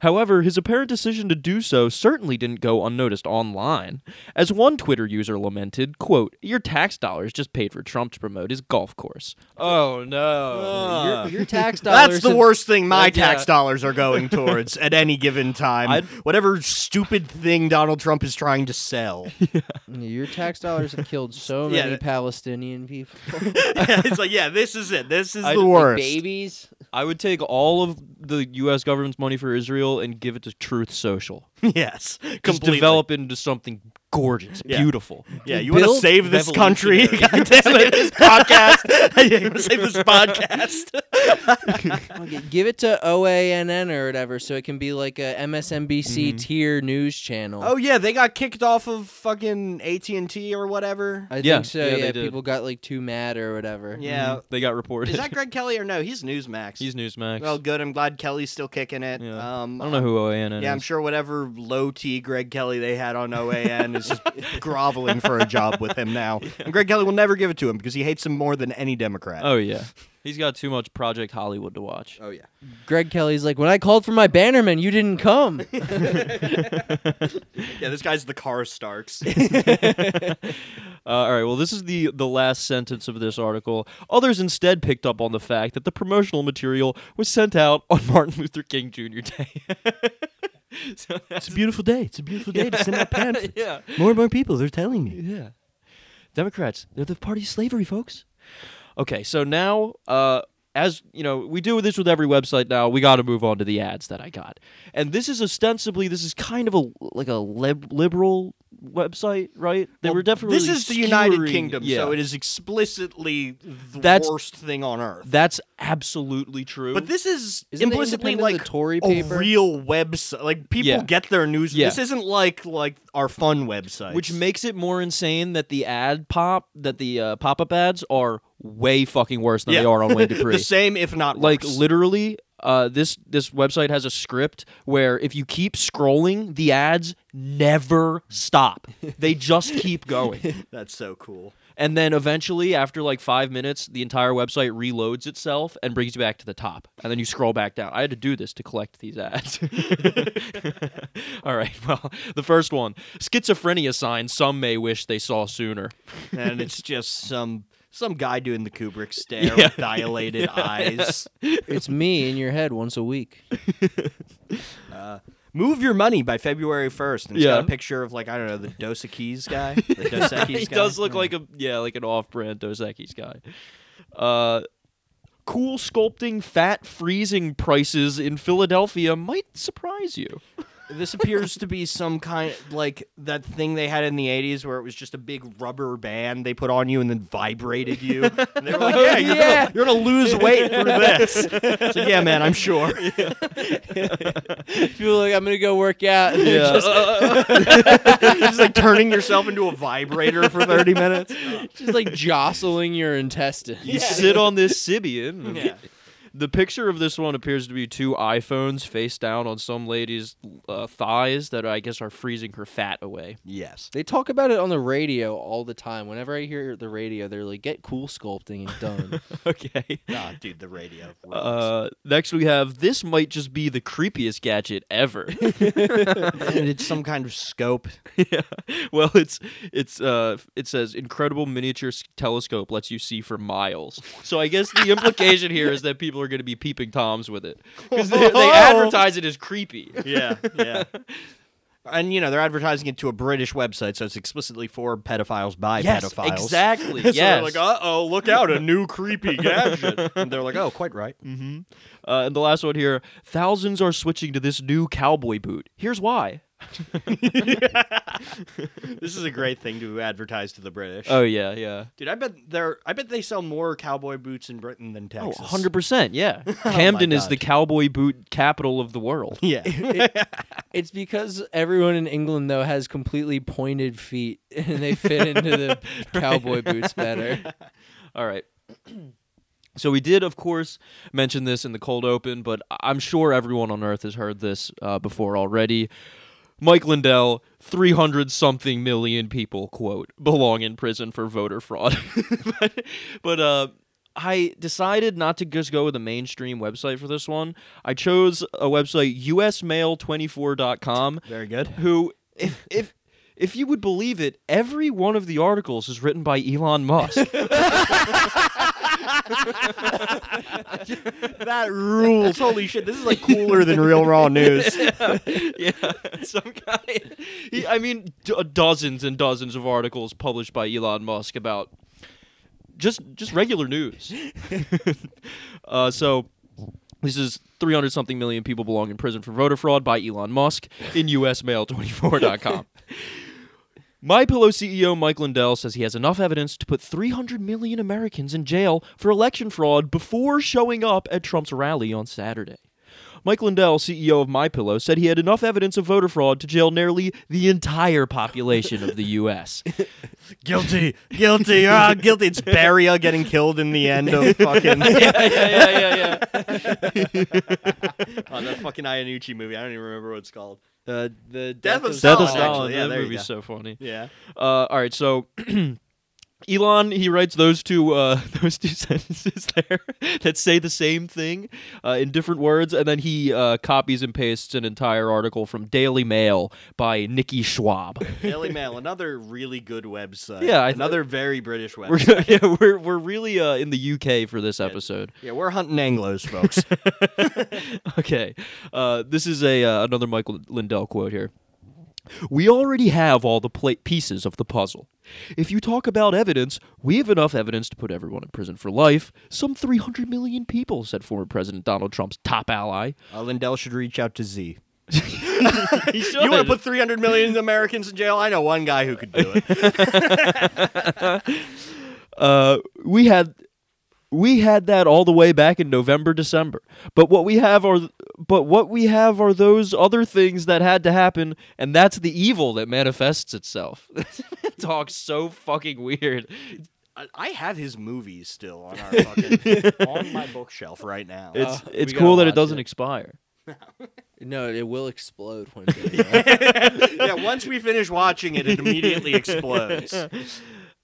S2: However, his apparent decision to do so certainly didn't go unnoticed online. As one Twitter user lamented, quote, "Your tax dollars just paid for Trump to promote his golf course." Ah. Oh no.
S1: Your, your tax dollars.
S4: That's the
S1: have-
S4: worst thing my
S2: Yeah.
S4: tax dollars are going towards at any given time.
S2: I'd-
S4: Whatever stupid thing Donald Trump is trying to sell.
S1: Your tax dollars have killed so
S4: Yeah,
S1: many
S4: that-
S1: Palestinian people.
S4: it's like, yeah, this is it. This is
S2: I'd-
S4: the
S2: like,
S4: worst.
S1: Babies.
S2: I would take all of the US government's money for Israel and give it to Truth Social.
S4: Yes, completely.
S2: Just develop into something gorgeous,
S4: Yeah.
S2: beautiful.
S4: yeah, you want to
S1: build
S4: save this country? God
S2: revolutionary.
S4: damn it, this podcast. you want to save this
S2: Oh.
S4: podcast?
S1: Okay, give it to OANN or whatever, so it can be like a MSNBC
S2: Mm-hmm.
S1: tier news channel.
S4: Oh yeah, they got kicked off of fucking AT and T or whatever.
S1: I
S2: Yeah,
S1: think so.
S2: yeah,
S1: Yeah,
S2: they did.
S1: people got like too mad or whatever.
S4: yeah,
S2: mm, They got reported.
S4: is that Greg Kelly or no? He's Newsmax.
S2: He's Newsmax.
S4: well, good. I'm glad Kelly's still kicking it.
S2: Yeah.
S4: Um,
S2: I don't know who OAN is.
S4: Yeah, I'm sure whatever low T Greg Kelly they had on OAN is just groveling for a job with him now. And Greg Kelly will never give it to him because he hates him more than any Democrat.
S2: Oh yeah, he's got too much Project Hollywood to watch.
S4: Oh, yeah.
S1: Greg Kelly's like, when I called for my bannerman, you didn't come.
S4: Yeah, this guy's the car Starks.
S2: Uh, all right, well, this is the the last sentence of this article. Others instead picked up on the fact that the promotional material was sent out on Martin Luther King Jr. Day. so that's
S3: beautiful day. It's a beautiful day to send out pamphlets.
S2: yeah.
S3: More and more people, they're telling me.
S2: Yeah. Democrats, they're the party of slavery, folks. Okay, so now, uh, as you know, we do this with every website now. We got to move on to the ads that I got, and this is ostensibly this is kind of a like a lib- liberal website, right? They were definitely
S4: this is the United
S2: skewering-
S4: Kingdom,
S2: yeah.
S4: so it is explicitly the
S2: That's-
S4: worst thing on earth.
S2: That's absolutely true.
S4: But this is
S1: Isn't the
S4: implicitly
S1: Independent
S4: like
S1: the Tory
S4: a
S1: paper?
S4: real website. Like people
S2: Yeah.
S4: get their news.
S2: Yeah.
S4: This isn't like like our fun website,
S2: which makes it more insane that the ad pop that the uh, pop up ads are way fucking worse than
S4: Yeah.
S2: they are on Wayne Dupree.
S4: the same if not
S2: like
S4: worse.
S2: literally uh, this this website has a script where if you keep scrolling the ads never stop they just keep going
S4: That's so cool.
S2: and then eventually after like five minutes the entire website reloads itself and brings you back to the top and then you scroll back down i had to do this to collect these ads all right well the first one schizophrenia signs some may wish they saw sooner
S4: and it's just some some guy doing the Kubrick stare
S2: Yeah.
S4: with dilated eyes.
S1: it's me in your head once a week.
S4: Move your money by February 1st. And it's
S2: Yeah.
S4: got a picture of, like, I don't know, the Dos Keys guy. The Dos
S2: he
S4: Equis guy.
S2: does look like a yeah, like an off-brand Dos Equis guy. Uh, cool sculpting fat freezing prices in Philadelphia might surprise you.
S4: This appears to be some kind like that thing they had in the 80s where it was just a big rubber band they put on you and then vibrated you. And they were like, Oh, yeah, you're
S1: Yeah.
S4: Gonna, you're going to lose weight through this. It's like, yeah, man, I'm sure.
S1: feel like I'm gonna go work out. And
S2: Yeah.
S1: yeah. just,
S4: just like turning yourself into a vibrator for 30 minutes.
S1: just like jostling your intestines.
S2: You sit on this Sibian.
S4: Yeah.
S2: The picture of this one appears to be two iPhones face down on some lady's uh, thighs that I guess are freezing her fat away.
S4: Yes.
S1: They talk about it on the radio all the time. Whenever I hear the radio, they're like, "Get cool sculpting and done."
S2: okay.
S4: Ah, dude, the radio. rules.
S2: Uh, next we have this might just be the creepiest gadget ever.
S4: and it's some kind of scope.
S2: yeah. Well, it's it's uh it says incredible miniature s- telescope lets you see for miles. So I guess the implication here is that people are going to be peeping toms with it because they, they advertise it as creepy.
S4: Yeah, yeah. And you know they're advertising it to a British website, so it's explicitly for pedophiles by pedophiles.
S2: exactly.
S4: So
S2: yes.
S4: they're like, uh oh, look out, a new creepy gadget. And they're like, oh, quite right.
S2: Uh, and the last one here: thousands are switching to this new cowboy boot. Here's why.
S4: This is a great thing to advertise to the British.
S2: Oh yeah, yeah.
S4: Dude, I bet they're I bet they sell more cowboy boots in Britain than
S2: Oh,
S4: Texas.
S2: 100 percent. Yeah. Camden is
S4: God.
S2: the cowboy boot capital of the world.
S4: Yeah.
S1: it's because everyone in England though has completely pointed feet, and they fit into the cowboy boots better.
S2: All right. So we did, of course, mention this in the cold open, but I- I'm sure everyone on Earth has heard this uh, before already. Mike Lindell, 300 something million people, quote, belong in prison for voter fraud. but but uh, I decided not to just go with a mainstream website for this one. I chose a website, usmail24.com
S4: Very good.
S2: who if if if you would believe it, every one of the articles is written by Elon Musk.
S4: That rules. Holy shit. This is like cooler than real raw news.
S2: yeah, some guy. He, I mean, d- dozens and dozens of articles published by Elon Musk about just just regular news. uh, so this is 300 something million people belong in prison for voter fraud by Elon Musk in usmail24.com. My Pillow CEO Mike Lindell says he has enough evidence to put 300 million Americans in jail for election fraud before showing up at Trump's rally on Saturday. Mike Lindell, CEO of My Pillow, said he had enough evidence of voter fraud to jail nearly the entire population of the U.S.
S4: guilty, guilty, you're all guilty. It's Barria getting killed in the end of fucking
S2: yeah, yeah, yeah, yeah.
S4: on Oh, that fucking Iannucci movie. I don't even remember what it's called.
S1: Uh, the
S2: Death
S4: Death of
S2: of
S4: Stalin,
S2: Stalin.
S4: actually. Yeah,
S2: that
S4: there you
S2: movie's
S4: go.
S2: so funny.
S4: Yeah.
S2: Uh, all right, so Elon he writes those two uh, those two sentences there that say the same thing uh, in different words, and then he uh, copies and pastes an entire article from Daily Mail by Nikki Schwab.
S4: Daily Mail, another really good website.
S2: Yeah, I-
S4: another very British website.
S2: we're yeah, we're we're really uh, in the UK for this episode.
S4: yeah, we're hunting Anglos, folks.
S2: okay. Uh, this is a uh, another Michael Lindell quote here. We already have all the pla- pieces of the puzzle. If you talk about evidence, we have enough evidence to put everyone in prison for life. Some 300 million people, said former President Donald Trump's top ally.
S4: uh, Lindell should reach out to Z.
S2: You
S4: You
S2: wanna
S4: want to put 300 million Americans in jail? I know one guy who could do it.
S2: Uh, we had we had that all the way back in November, December. But what we have are but what we have are those other things that had to happen, and that's the evil that manifests itself. Talks so fucking weird.
S4: I, I have his movies still on our fucking on my bookshelf right now.
S2: It's
S1: Uh,
S2: it's
S1: we gotta
S2: cool that it
S1: watch
S2: doesn't
S1: it.
S2: expire.
S1: No, it will explode one day.
S4: Uh, yeah, once we finish watching it, it immediately explodes.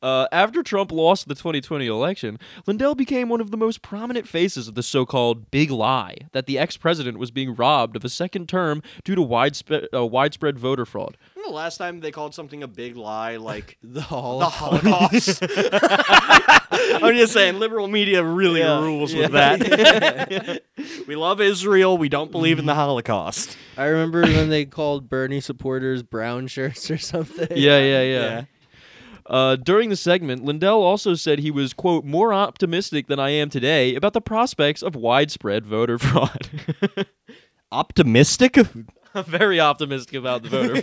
S2: Uh, after Trump lost the 2020 election, Lindell became one of the most prominent faces of the so called big lie that the ex president was being robbed of a second term due to widespread, uh, widespread voter fraud.
S4: The last time they called something a big lie, like
S1: The
S4: the
S1: Holocaust.
S4: Holocaust. I'm just saying, liberal media really
S2: Yeah,
S4: rules
S2: yeah.
S4: with that. we love Israel. We don't believe in the Holocaust.
S1: I remember when they called Bernie supporters brown shirts or something.
S2: yeah, yeah, yeah. Uh, during the segment, Lindell also said he was, quote, more optimistic than I am today about the prospects of widespread voter fraud.
S4: Optimistic?
S2: Very optimistic about the voter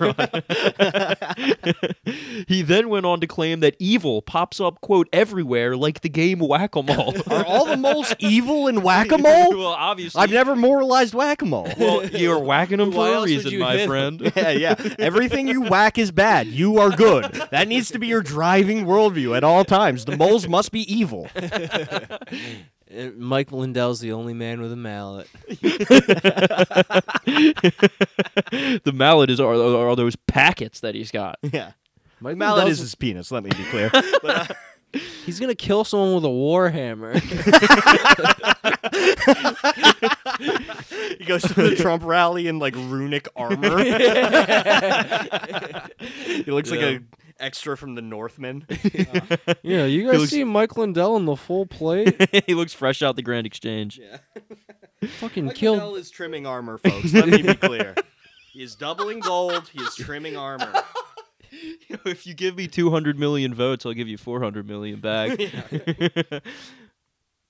S2: fraud. he then went on to claim that evil pops up, quote, everywhere like the game Whack a Mole.
S4: Are all the moles evil in whack a mole?
S2: well, obviously.
S4: I've never moralized whack a mole.
S2: Well, you're whacking them
S1: Why
S2: for a
S1: else would
S2: reason,
S1: you
S2: my
S1: hit 'em?
S2: friend.
S4: yeah, yeah. Everything you whack is bad. You are good. That needs to be your driving worldview at all times. The moles must be evil.
S1: Uh, Mike Lindell's the only man with a mallet.
S2: the mallet is are, are those packets that he's got.
S4: Yeah.
S1: Mike
S4: Mallet
S1: Lindell's-
S4: is his penis, let me be clear.
S1: He's gonna kill someone with a war hammer.
S4: he goes to the Trump rally in like runic armor. he looks like
S2: Yeah.
S4: a extra from the Northmen.
S1: yeah, you
S2: He
S1: guys
S2: looks-
S1: see Mike Lindell in the full plate?
S2: he looks fresh out the Grand Exchange.
S1: Fucking
S4: Mike
S1: killed.
S4: Lindell is trimming armor, folks. Let me be clear. He is doubling gold. He is trimming armor.
S2: if you give me 200 million votes, I'll give you 400 million back.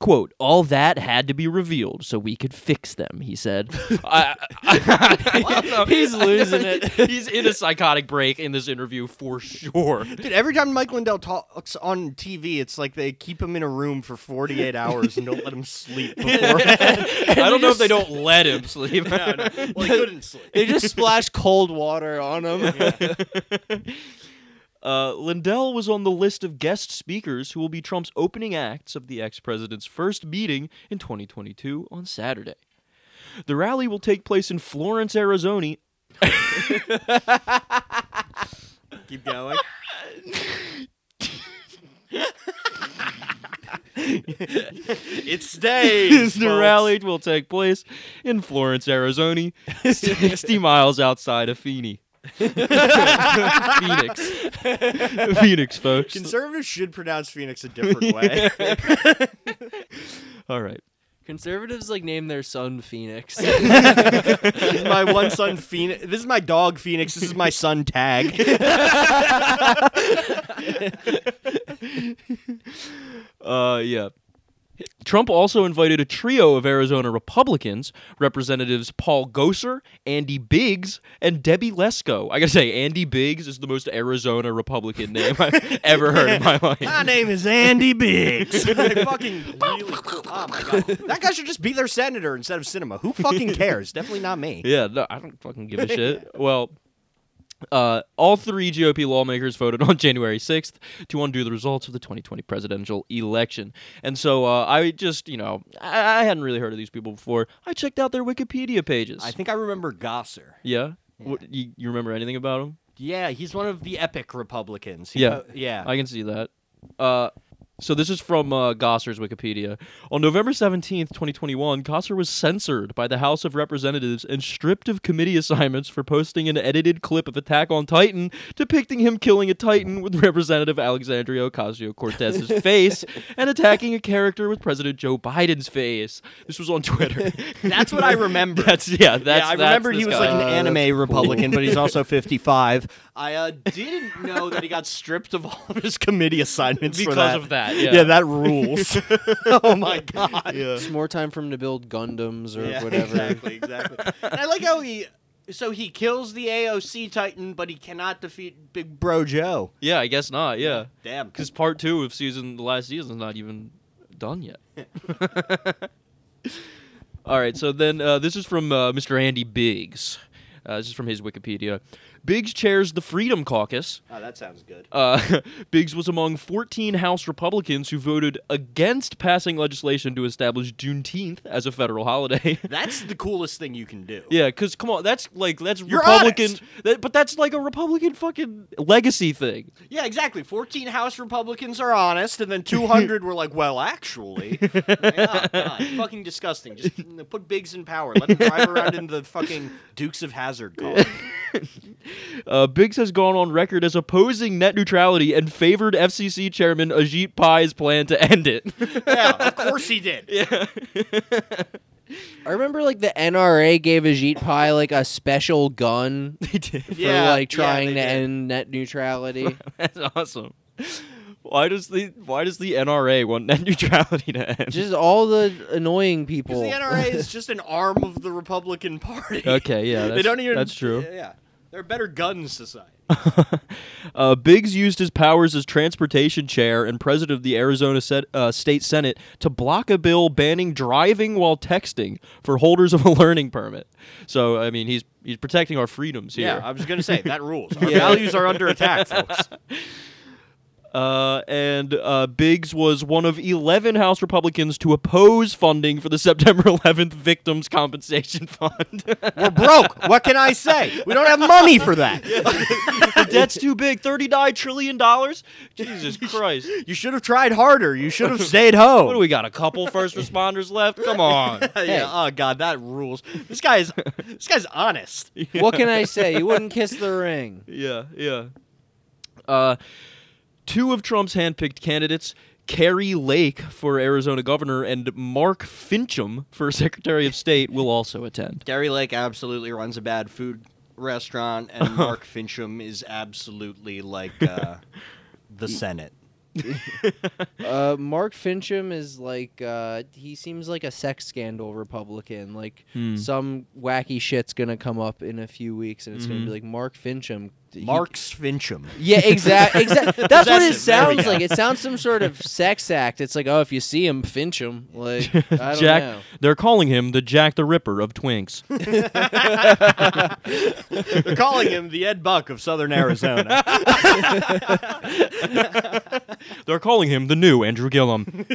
S2: Quote, all that had to be revealed so we could fix them, he said. I, I-
S1: He's losing it.
S2: He's in a psychotic break in this interview for sure.
S4: Dude, every time Mike Lindell talks on TV, it's like they keep him in a room for 48 hours and don't let him sleep before.
S2: I don't know if they don't let him sleep.
S4: Well, he couldn't sleep.
S1: They just splashed cold water on him.
S2: Uh, Lindell was on the list of guest speakers who will be Trump's opening acts of the ex president's first meeting in 2022 on Saturday. The rally will take place in Florence, Arizona.
S4: Keep going. it's days.
S2: the rally will take place in Florence, Arizona, 60 miles outside of Phoenix. Phoenix. Phoenix, folks.
S4: Conservatives should pronounce Phoenix a different way.
S2: All right.
S1: Conservatives like name their son Phoenix.
S4: this is my one son Phoenix. This is my dog Phoenix. This is my son Tag.
S2: Uh, yeah. Trump also invited a trio of Arizona Republicans, Representatives Paul Gosar, Andy Biggs, and Debbie Lesko. I gotta say, Andy Biggs is the most Arizona Republican name I've ever heard in my life.
S4: name is Andy Biggs. they fucking really. Oh my god, that guy should just be their senator instead of cinema. Who fucking cares? Definitely not me.
S2: Yeah, no, I don't fucking give a shit. Well, uh, all three GOP lawmakers voted on January 6th to undo the results of the 2020 presidential election. And so uh, I just, you know, I-, I hadn't really heard of these people before. I checked out their Wikipedia pages.
S4: I think I remember Gosser.
S2: Yeah. What, you, you remember anything about him?
S4: Yeah, he's one of the epic Republicans. He
S2: Yeah.
S4: po- yeah.
S2: I can see that. Uh, so this is from uh, Gosser's Wikipedia. On November 17th, 2021, Gosser was censored by the House of Representatives and stripped of committee assignments for posting an edited clip of Attack on Titan depicting him killing a Titan with Representative Alexandria Ocasio-Cortez's face and attacking a character with President Joe Biden's face. This was on Twitter.
S4: that's what I remember.
S2: that's yeah, that's
S4: yeah, I
S2: that's
S4: remembered he
S2: this
S4: was
S2: guy.
S4: like an
S1: Uh, that's
S4: anime Republican, but he's also 55. I uh, didn't know that he got stripped of all of his committee assignments for
S2: because
S4: that.
S2: of that.
S4: Yeah. that rules. oh my god. Yeah.
S1: it's more time for him to build Gundams or whatever.
S4: Exactly, exactly. and I like how he so he kills the AOC Titan, but he cannot defeat Big Bro Joe.
S2: Yeah, I guess not. Yeah.
S4: Damn.
S2: Because part two of season, the last season's not even done yet. All right, so then uh, this is from uh, Mr. Andy Biggs. Uh, this is from his Wikipedia. Biggs chairs the Freedom Caucus.
S4: Oh, that sounds good.
S2: Uh, Biggs was among 14 House Republicans who voted against passing legislation to establish Juneteenth as a federal holiday.
S4: That's the coolest thing you can do.
S2: Yeah, because come on, that's like that's
S4: You're
S2: Republican,
S4: honest.
S2: that, but that's like a Republican fucking legacy thing.
S4: Yeah, exactly. 14 House Republicans are honest, and then 200 were like, well, actually. Like, oh, God, fucking disgusting. Just put Biggs in power. Let him drive around in the fucking Dukes of Hazard car.
S2: Uh, Biggs has gone on record as opposing net neutrality and favored FCC Chairman Ajit Pai's plan to end it.
S4: yeah, of course he did.
S2: yeah.
S1: I remember like the NRA gave Ajit Pai like a special gun
S2: they did.
S1: for
S4: Yeah,
S1: like
S4: yeah,
S1: trying
S4: they
S1: to
S4: did.
S1: end net neutrality.
S2: That's awesome. Why does the why does the NRA want net neutrality to end?
S1: Just all the annoying
S4: Because
S1: people.
S4: the NRA is just an arm of the Republican Party.
S2: okay, yeah, that's,
S4: they don't even.
S2: that's true.
S4: Yeah, they're a better gun society.
S2: Uh, Biggs used his powers as transportation chair and president of the Arizona Sen- uh, State Senate to block a bill banning driving while texting for holders of a learning permit. So, I mean, he's he's protecting our freedoms here.
S4: Yeah, I was gonna say that rules. Our
S2: Yeah.
S4: values are under attack, folks.
S2: Uh, and uh, Biggs was one of 11 House Republicans to oppose funding for the September 11th Victims Compensation Fund.
S4: We're broke. What can I say? We don't have money for that.
S2: the debt's too big. $39 trillion? Jesus Christ.
S4: You should have tried harder. You should have stayed home.
S2: What do we got? A couple first responders left? Come on.
S1: Hey.
S4: yeah. Oh God, that rules. This guy is this guy's honest.
S1: What can I say? You wouldn't kiss the ring.
S2: Yeah, yeah. Uh, two of Trump's handpicked candidates, Carrie Lake for Arizona governor and Mark Fincham for Secretary of State, will also attend.
S4: Gary Lake absolutely runs a bad food restaurant, and Mark Fincham is absolutely like uh, the Senate.
S1: Uh, Mark Fincham is like uh, he seems like a sex scandal Republican. Like
S2: Hmm.
S1: some wacky shit's gonna come up in a few weeks, and it's gonna be like Mark Fincham. he-
S4: Mark's Fincham.
S1: yeah, exactly. Exactly. That's what it
S4: Possessive, there we
S1: sounds
S4: go.
S1: like. It sounds some sort of sex act. It's like, oh, if you see him, finch him. Like, I don't
S2: Jack,
S1: know.
S2: they're calling him the Jack the Ripper of Twinks.
S4: They're calling him the Ed Buck of Southern Arizona.
S2: They're calling him the new Andrew Gillum.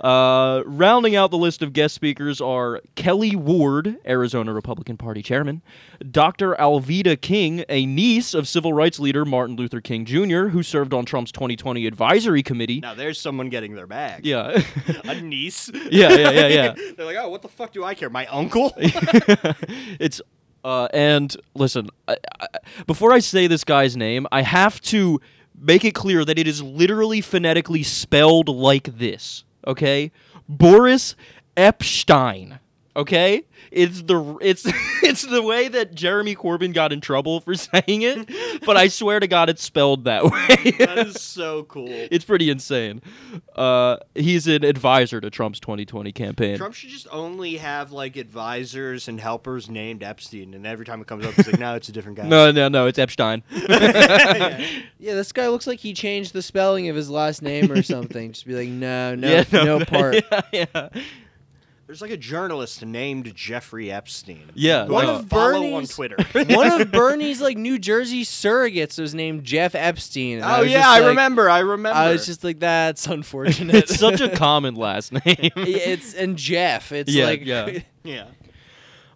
S2: uh, rounding out the list of guest speakers are Kelly Ward, Arizona Republican Party chairman, Dr. Alveda King, a niece of civil rights leader Martin Luther King Jr., who served on Trump's 2020 advisory committee.
S4: now there's someone getting their bag.
S2: Yeah.
S4: A niece.
S2: yeah, yeah, yeah, yeah.
S4: They're like, oh, what the fuck do I care? My uncle?
S2: it's uh, and listen, I, I, before I say this guy's name, I have to make it clear that it is literally phonetically spelled like this. Okay, Boris Epstein. Okay, it's the it's it's the way that Jeremy Corbyn got in trouble for saying it, but I swear to God, it's spelled that way.
S4: that is so cool.
S2: it's pretty insane. Uh, he's an advisor to Trump's 2020 campaign.
S4: Trump should just only have like advisors and helpers named Epstein, and every time it comes up, it's like, no, it's a different guy.
S2: no, no, no, it's Epstein.
S1: Yeah, this guy looks like he changed the spelling of his last name or something. Just be like, no, no,
S2: Yeah,
S1: no, part.
S2: Yeah, yeah.
S4: There's like a journalist named Jeffrey Epstein.
S2: Yeah,
S4: who I
S2: no.
S4: follow on
S1: Bernie's-
S4: Twitter.
S1: One of Bernie's like New Jersey surrogates was named Jeff Epstein. and
S4: oh
S1: was
S4: yeah,
S1: just
S4: I
S1: like-
S4: remember. I remember.
S1: I was just like, that's unfortunate.
S2: It's such a common last name.
S1: it's and Jeff. It's
S2: Yeah,
S1: like
S2: yeah.
S4: yeah.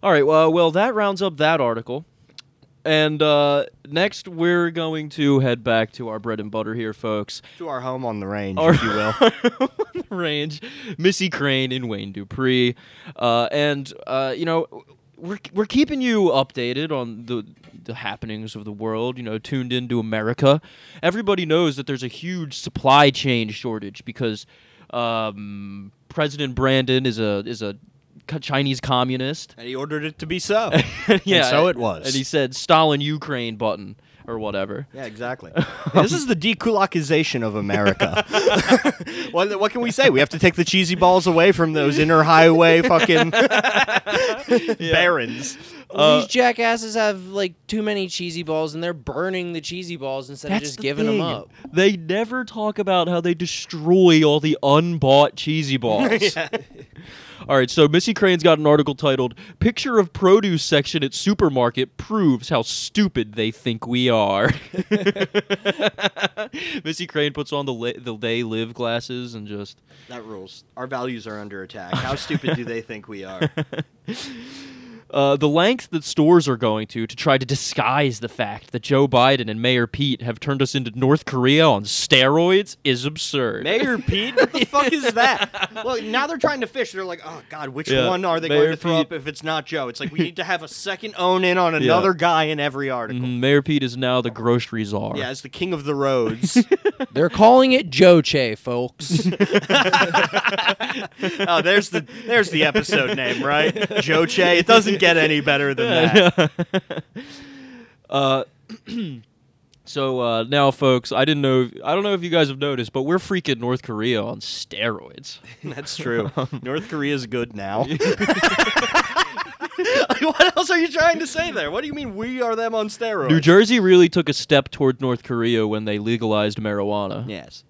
S2: All right. Well, well, that rounds up that article. And uh, next, we're going to head back to our bread and butter here, folks.
S4: To our home on the range,
S2: Our
S4: if you will.
S2: range, Missy Crane and Wayne Dupree, uh, and uh, you know. We're, we're keeping you updated on the the happenings of the world, you know, tuned into America. Everybody knows that there's a huge supply chain shortage because um, President Brandon is a is a co- Chinese communist,
S4: And he ordered it to be so.
S2: yeah,
S4: so it was.
S2: And he said Stalin Ukraine button or whatever.
S4: yeah, exactly. this is the dekulakization of America. what, what can we say? We have to take the cheesy balls away from those inner highway fucking barons.
S1: Well, these jackasses have like too many cheesy balls, and they're burning the cheesy balls instead of just giving them up.
S2: They never talk about how they destroy all the unbought cheesy balls. All right, so Missy Crane's got an article titled "Picture of Produce Section at Supermarket Proves How Stupid They Think We Are." Missy Crane puts on the li- the they live glasses and just
S4: That rules. Our values are under attack. How stupid do they think we are?
S2: Uh, the lengths that stores are going to to try to disguise the fact that Joe Biden and Mayor Pete have turned us into North Korea on steroids is absurd.
S4: Mayor Pete? What the fuck is that? Well, now they're trying to fish. They're like, oh god, which
S2: Yeah,
S4: one are they
S2: Mayor
S4: going to throw
S2: Pete.
S4: up if it's not Joe? It's like we need to have a second own in on another guy in every article.
S2: Mhm, Mayor Pete is now the grocery czar.
S4: Yeah, as the king of the roads.
S1: They're calling it Joche, folks.
S4: oh, there's the there's the episode name, right? Joche. It doesn't get any better than that.
S2: Yeah. uh, so uh, now, folks, I didn't know. I don't know if you guys have noticed, but we're freaking North Korea on steroids.
S4: That's true.
S2: Um,
S4: North Korea's good now. Like, what else are you trying to say there? What do you mean we are them on steroids?
S2: New Jersey really took a step toward North Korea when they legalized marijuana.
S4: Yes.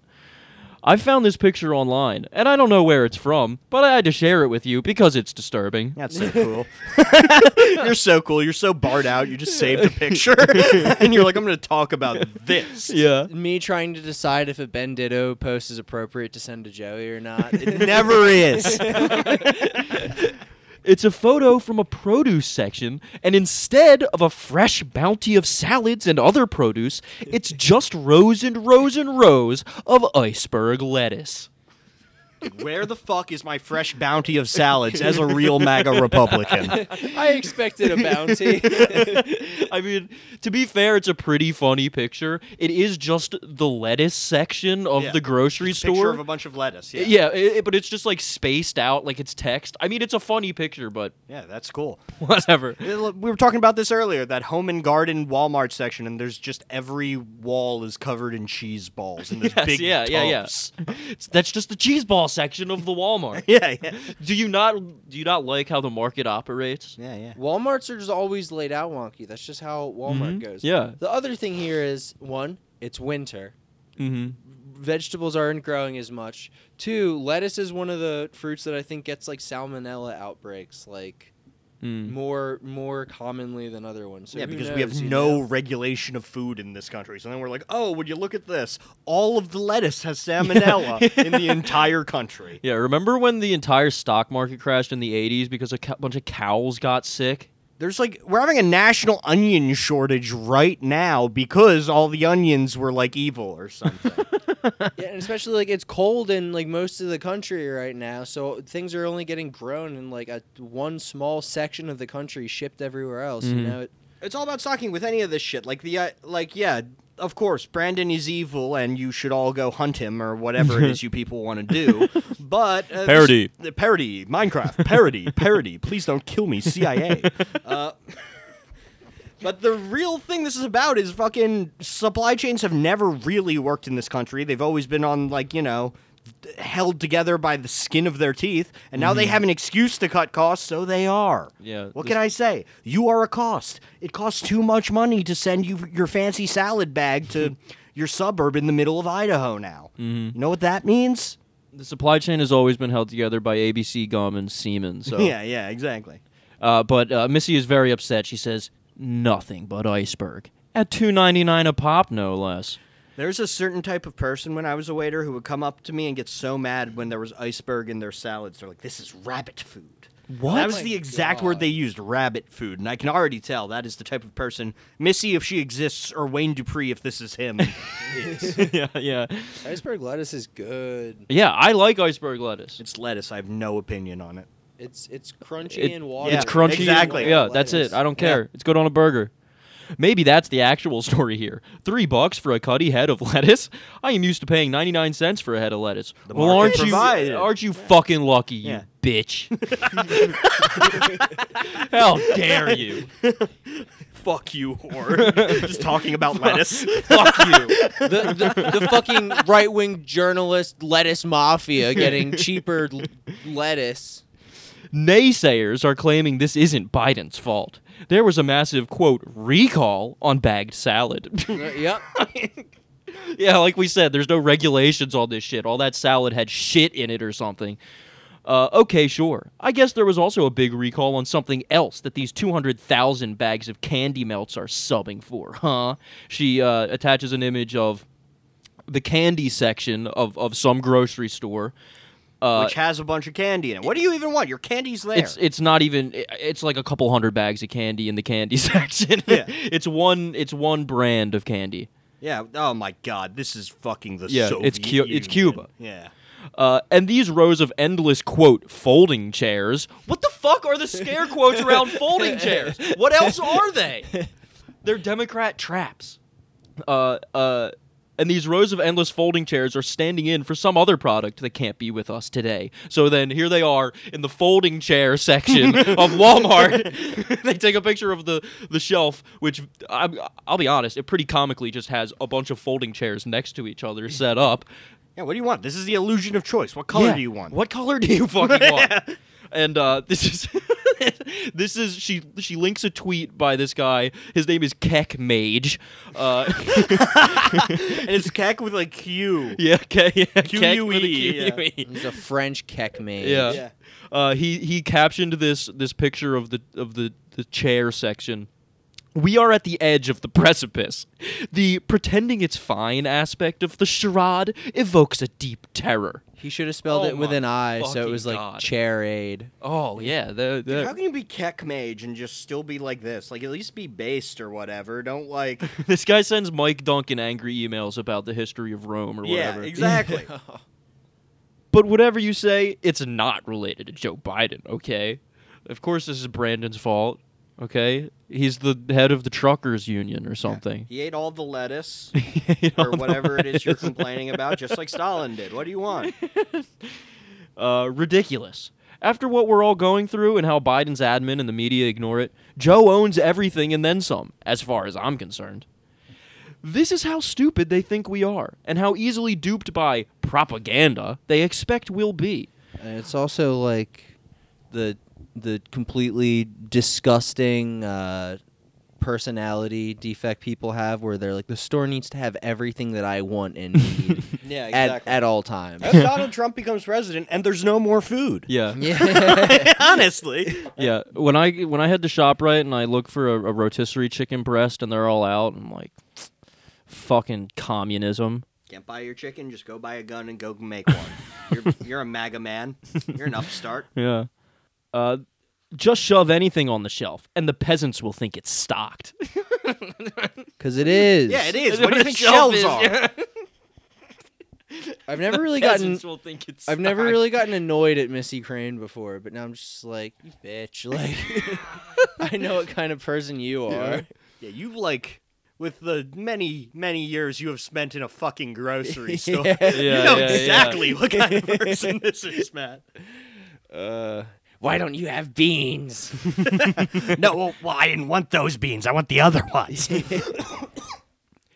S2: I found this picture online, and I don't know where it's from, but I had to share it with you because it's disturbing.
S4: That's so cool. you're so cool. You're so barred out. You just saved a picture, and you're like, I'm going to talk about this.
S2: Yeah.
S1: Me trying to decide if a Bendito post is appropriate to send to Joey or not.
S4: It never is.
S2: It's a photo from a produce section, and instead of a fresh bounty of salads and other produce, it's just rows and rows and rows of iceberg lettuce.
S4: Where the fuck is my fresh bounty of salads as a real MAGA Republican?
S1: I expected a bounty.
S2: I mean, to be fair, it's a pretty funny picture. It is just the lettuce section of
S4: Yeah.
S2: the grocery
S4: Picture
S2: store.
S4: of a bunch of lettuce. Yeah.
S2: yeah, it, it- but it's just like spaced out, like it's text. I mean, it's a funny picture, but
S4: Yeah, that's cool. Uh,
S2: whatever.
S4: We were talking about this earlier, that home and garden Walmart section, and there's just every wall is covered in cheese balls and there's
S2: Yes,
S4: big
S2: yeah, yeah, yeah.
S4: tubs.
S2: It's- That's just the cheese ball section of the Walmart.
S4: Yeah, yeah.
S2: Do you not do you not like how the market operates?
S4: Yeah, yeah.
S1: Walmarts are just always laid out wonky. That's just how
S4: Oh
S1: Walmart
S4: Mm-hmm.
S2: Mhm.
S1: goes.
S2: Yeah.
S1: The other thing here is one, it's winter.
S2: Mm-hmm.
S1: Vegetables aren't growing as much. Two, lettuce is one of the fruits that I think gets like salmonella outbreaks like
S2: Mm.
S1: more more commonly than other ones. So
S4: Mm. yeah,
S1: who
S4: because we have
S1: knows, you
S4: no
S1: know?
S4: regulation of food in this country. So then we're like, oh, would you look at this? All of the lettuce has salmonella in the entire country.
S2: Yeah, remember when the entire stock market crashed in the 80s because a co- bunch of cows got sick?
S4: There's like, we're having a national onion shortage right now because all the onions were like evil or something.
S1: Yeah, and especially like it's cold in like most of the country right now, so things are only getting grown in like a one small section of the country shipped everywhere else, you
S2: Mm-hmm.
S1: know. It,
S4: It's all about stocking with any of this shit. Like the uh, like, yeah, of course, Brandon is evil, and you should all go hunt him or whatever it is you people want to do. But uh, this-
S2: Parody.
S4: the parody, Minecraft parody, parody. Please don't kill me, CIA. Uh, but the real thing this is about is fucking supply chains have never really worked in this country. They've always been on like you know. Held together by the skin of their teeth, and now they have an excuse to cut costs, so they are.
S2: Mm-hmm. Yeah,
S4: What
S2: this-
S4: can I say? You are a cost. It costs too much money to send you your fancy salad bag to your suburb in the middle of Idaho now.
S2: Mm-hmm.
S4: You know what that means?
S2: The supply chain has always been held together by ABC gum and semen. So,
S4: Yeah, yeah, exactly.
S2: uh, but uh, Missy is very upset. She says nothing but iceberg at 2.99 a pop, no less.
S4: There's a certain type of person when I was a waiter who would come up to me and get so mad when there was iceberg in their salads. They're like, "This is rabbit food."
S2: What?
S4: That was
S1: my
S4: the exact
S1: God.
S4: word they used, rabbit food, and I can already tell that is the type of person Missy, if she exists, or Wayne Dupree, if this is him.
S2: yeah, yeah,
S1: iceberg lettuce is good.
S2: yeah. I like iceberg lettuce.
S4: it's lettuce. I have no opinion on it.
S1: It's it's crunchy
S2: It-
S1: and watery.
S4: Yeah,
S2: it's crunchy. and-
S4: exactly.
S2: Yeah, that's
S1: Lettuce.
S2: it. I don't
S4: Yeah.
S2: care. It's good on a burger. Maybe that's the actual story here. Three bucks for a cutty head of lettuce. I am used to paying ninety nine cents for a head of lettuce.
S4: The
S2: well,
S4: market
S2: aren't
S4: provided.
S2: you? Aren't you fucking lucky,
S4: Yeah.
S2: you bitch? How dare you?
S4: Fuck you, whore. Just talking about lettuce.
S2: Fuck you.
S1: the, the, the fucking right wing journalist lettuce mafia getting cheaper l- lettuce.
S2: Naysayers are claiming this isn't Biden's fault. There was a massive quote recall on bagged salad.
S1: Uh, yep.
S2: Yeah, like we said, there's no regulations on this shit. All that salad had shit in it or something. Uh, okay, sure. I guess there was also a big recall on something else that these 200,000 bags of candy melts are subbing for, huh? She uh, attaches an image of the candy section of, of some grocery store. Uh,
S4: which has a bunch of candy in it. What do you even want? Your candy's there.
S2: it's it's not even i- it's like a couple hundred bags of candy in the candy section.
S4: Yeah.
S2: it's one it's one brand of candy.
S4: yeah. Oh my God, this is fucking the
S2: Yeah,
S4: Soviet
S2: it's Cu- it's
S4: Union.
S2: Cuba.
S4: Yeah.
S2: Uh, and these rows of endless quote folding chairs. What the fuck are the scare quotes around folding chairs? What else are they? They're Democrat traps. Uh, uh, and these rows of endless folding chairs are standing in for some other product that can't be with us today. So then here they are in the folding chair section of Walmart. they take a picture of the, the shelf, which I, I'll be honest, it pretty comically just has a bunch of folding chairs next to each other set up.
S4: Yeah. What do you want? This is the illusion of choice. What color
S2: Yeah.
S4: do you want?
S2: What color do you fucking want? And uh, this is this is she she links a tweet by this guy. His name is Keck Mage. Uh,
S4: and it's kek with like Q.
S2: yeah, Keck, yeah, Keck with a
S4: QUE, E, yeah.
S2: QUE.
S1: He's a French keck man.
S2: Yeah.
S4: Yeah.
S2: Uh, he he captioned this this picture of the of the, the chair section. We are at the edge of the precipice. The pretending it's fine aspect of the charade evokes a deep terror.
S1: He should have spelled
S2: Oh
S1: it with
S2: my
S1: an I, so it
S2: fucking
S1: was like
S2: God.
S1: chair aid.
S2: Oh yeah, the, the,
S4: How can you be kek mage and just still be like this? Like at least be based or whatever. Don't like.
S2: this guy sends Mike Duncan angry emails about the history of Rome or
S4: yeah.
S2: whatever.
S4: Exactly.
S2: But whatever you say, it's not related to Joe Biden, okay? Of course, this is Brandon's fault, okay? He's the head of the truckers union or something.
S4: He ate all the lettuce
S2: You know,
S4: or whatever it is you're complaining about, just like Stalin did. What do you want?
S2: uh, ridiculous. After what we're all going through and how Biden's admin and the media ignore it, Joe owns everything and then some, as far as I'm concerned. This is how stupid they think we are, and how easily duped by propaganda they expect we'll be.
S1: And it's also like the the completely disgusting uh, personality defect people have, where they're like, the store needs to have everything that I want and need
S4: Yeah.
S1: at, at all times.
S4: As Donald Trump becomes president, and there's no more food.
S2: Yeah.
S1: Yeah.
S4: Honestly,
S2: Yeah, when I when I head to Shoprite and I look for a, a rotisserie chicken breast and they're all out, I'm like, fucking communism.
S4: can't buy your chicken. Just go buy a gun and go make one. You're, you're a MAGA man. You're an upstart.
S2: Yeah. Uh, just shove anything on the shelf, and the peasants will think it's stocked.
S1: Because it is.
S4: Yeah, it is. What do you think shelves are?
S1: I've never really gotten.
S2: peasants will think it's.
S1: I've never
S2: stocked.
S1: really gotten annoyed at Missy Crane before, but now I'm just like, you bitch. Like, I know what kind of person you are.
S4: Yeah, you like with the many many years you have spent in a fucking grocery store.
S1: Yeah.
S4: You
S2: Yeah,
S4: know
S2: yeah, yeah.
S4: exactly what kind of person this is, Matt.
S1: Why don't you have beans?
S4: No, well, well, I didn't want those beans. I want the other ones.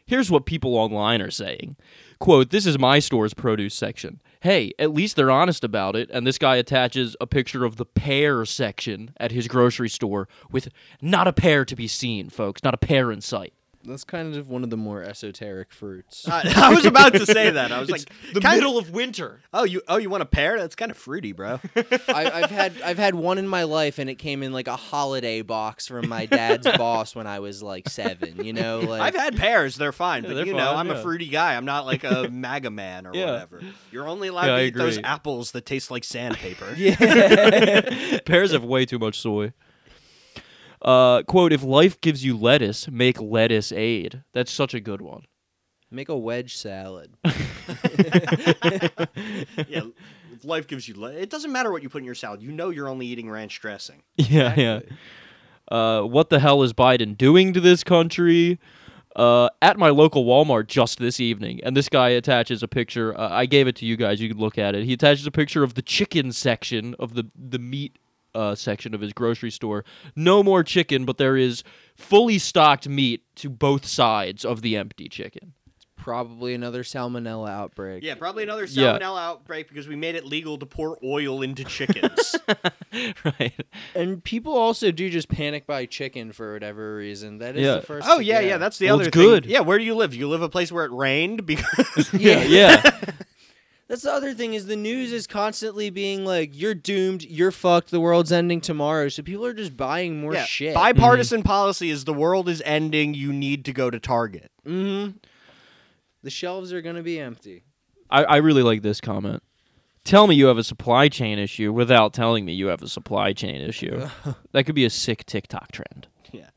S2: Here's what people online are saying. Quote, this is my store's produce section. Hey, at least they're honest about it, and this guy attaches a picture of the pear section at his grocery store with not a pear to be seen, folks, not a pear in sight.
S1: That's kind of one of the more esoteric fruits.
S4: I, I was about to say that. I was like,
S2: The
S4: kind
S2: middle of winter.
S4: oh, you oh, you want a pear? That's kind of fruity, bro.
S1: I, I've had I've had one in my life, and it came in like a holiday box from my dad's boss when I was like seven. You know, like
S4: I've had pears; they're fine. But
S2: they're
S4: you know,
S2: fine,
S4: I'm
S2: yeah.
S4: a fruity guy. I'm not like a MAGA man or
S2: Yeah.
S4: whatever. You're only allowed
S2: Yeah,
S4: to
S2: I
S4: eat those
S2: agree.
S4: apples that taste like sandpaper.
S2: Pears have way too much soy. Uh, quote, if life gives you lettuce, make lettuce aid. That's such a good one.
S1: make a wedge salad.
S4: yeah, if life gives you. Le- it doesn't matter what you put in your salad. You know, you're only eating ranch dressing.
S2: Yeah, yeah. Uh, what the hell is Biden doing to this country? Uh, at my local Walmart just this evening, and this guy attaches a picture. Uh, I gave it to you guys; you can look at it. He attaches a picture of the chicken section of the the meat uh, section of his grocery store. No more chicken, but there is fully stocked meat to both sides of the empty chicken.
S1: Probably another salmonella outbreak.
S4: Yeah, probably another
S2: Yeah.
S4: salmonella outbreak because we made it legal to pour oil into chickens.
S2: right?
S1: and people also do just panic buy chicken for whatever reason. That is
S2: Yeah.
S1: the first.
S4: oh
S1: to
S4: yeah,
S1: go.
S4: yeah, that's the
S2: Well,
S4: other
S2: it's
S4: thing.
S2: good.
S4: Yeah, where do you live? You live a place where it rained because
S1: yeah.
S2: Yeah.
S1: That's the other thing is the news is constantly being like, "You're doomed. You're fucked. The world's ending tomorrow." So people are just buying more
S4: Yeah,
S1: shit.
S4: Bipartisan
S2: Mm-hmm.
S4: policy is the world is ending. You need to go to Target.
S1: Mm-hmm. The shelves are gonna be empty.
S2: I, I really like this comment. Tell me you have a supply chain issue without telling me you have a supply chain issue. that could be a sick TikTok trend.
S4: Yeah.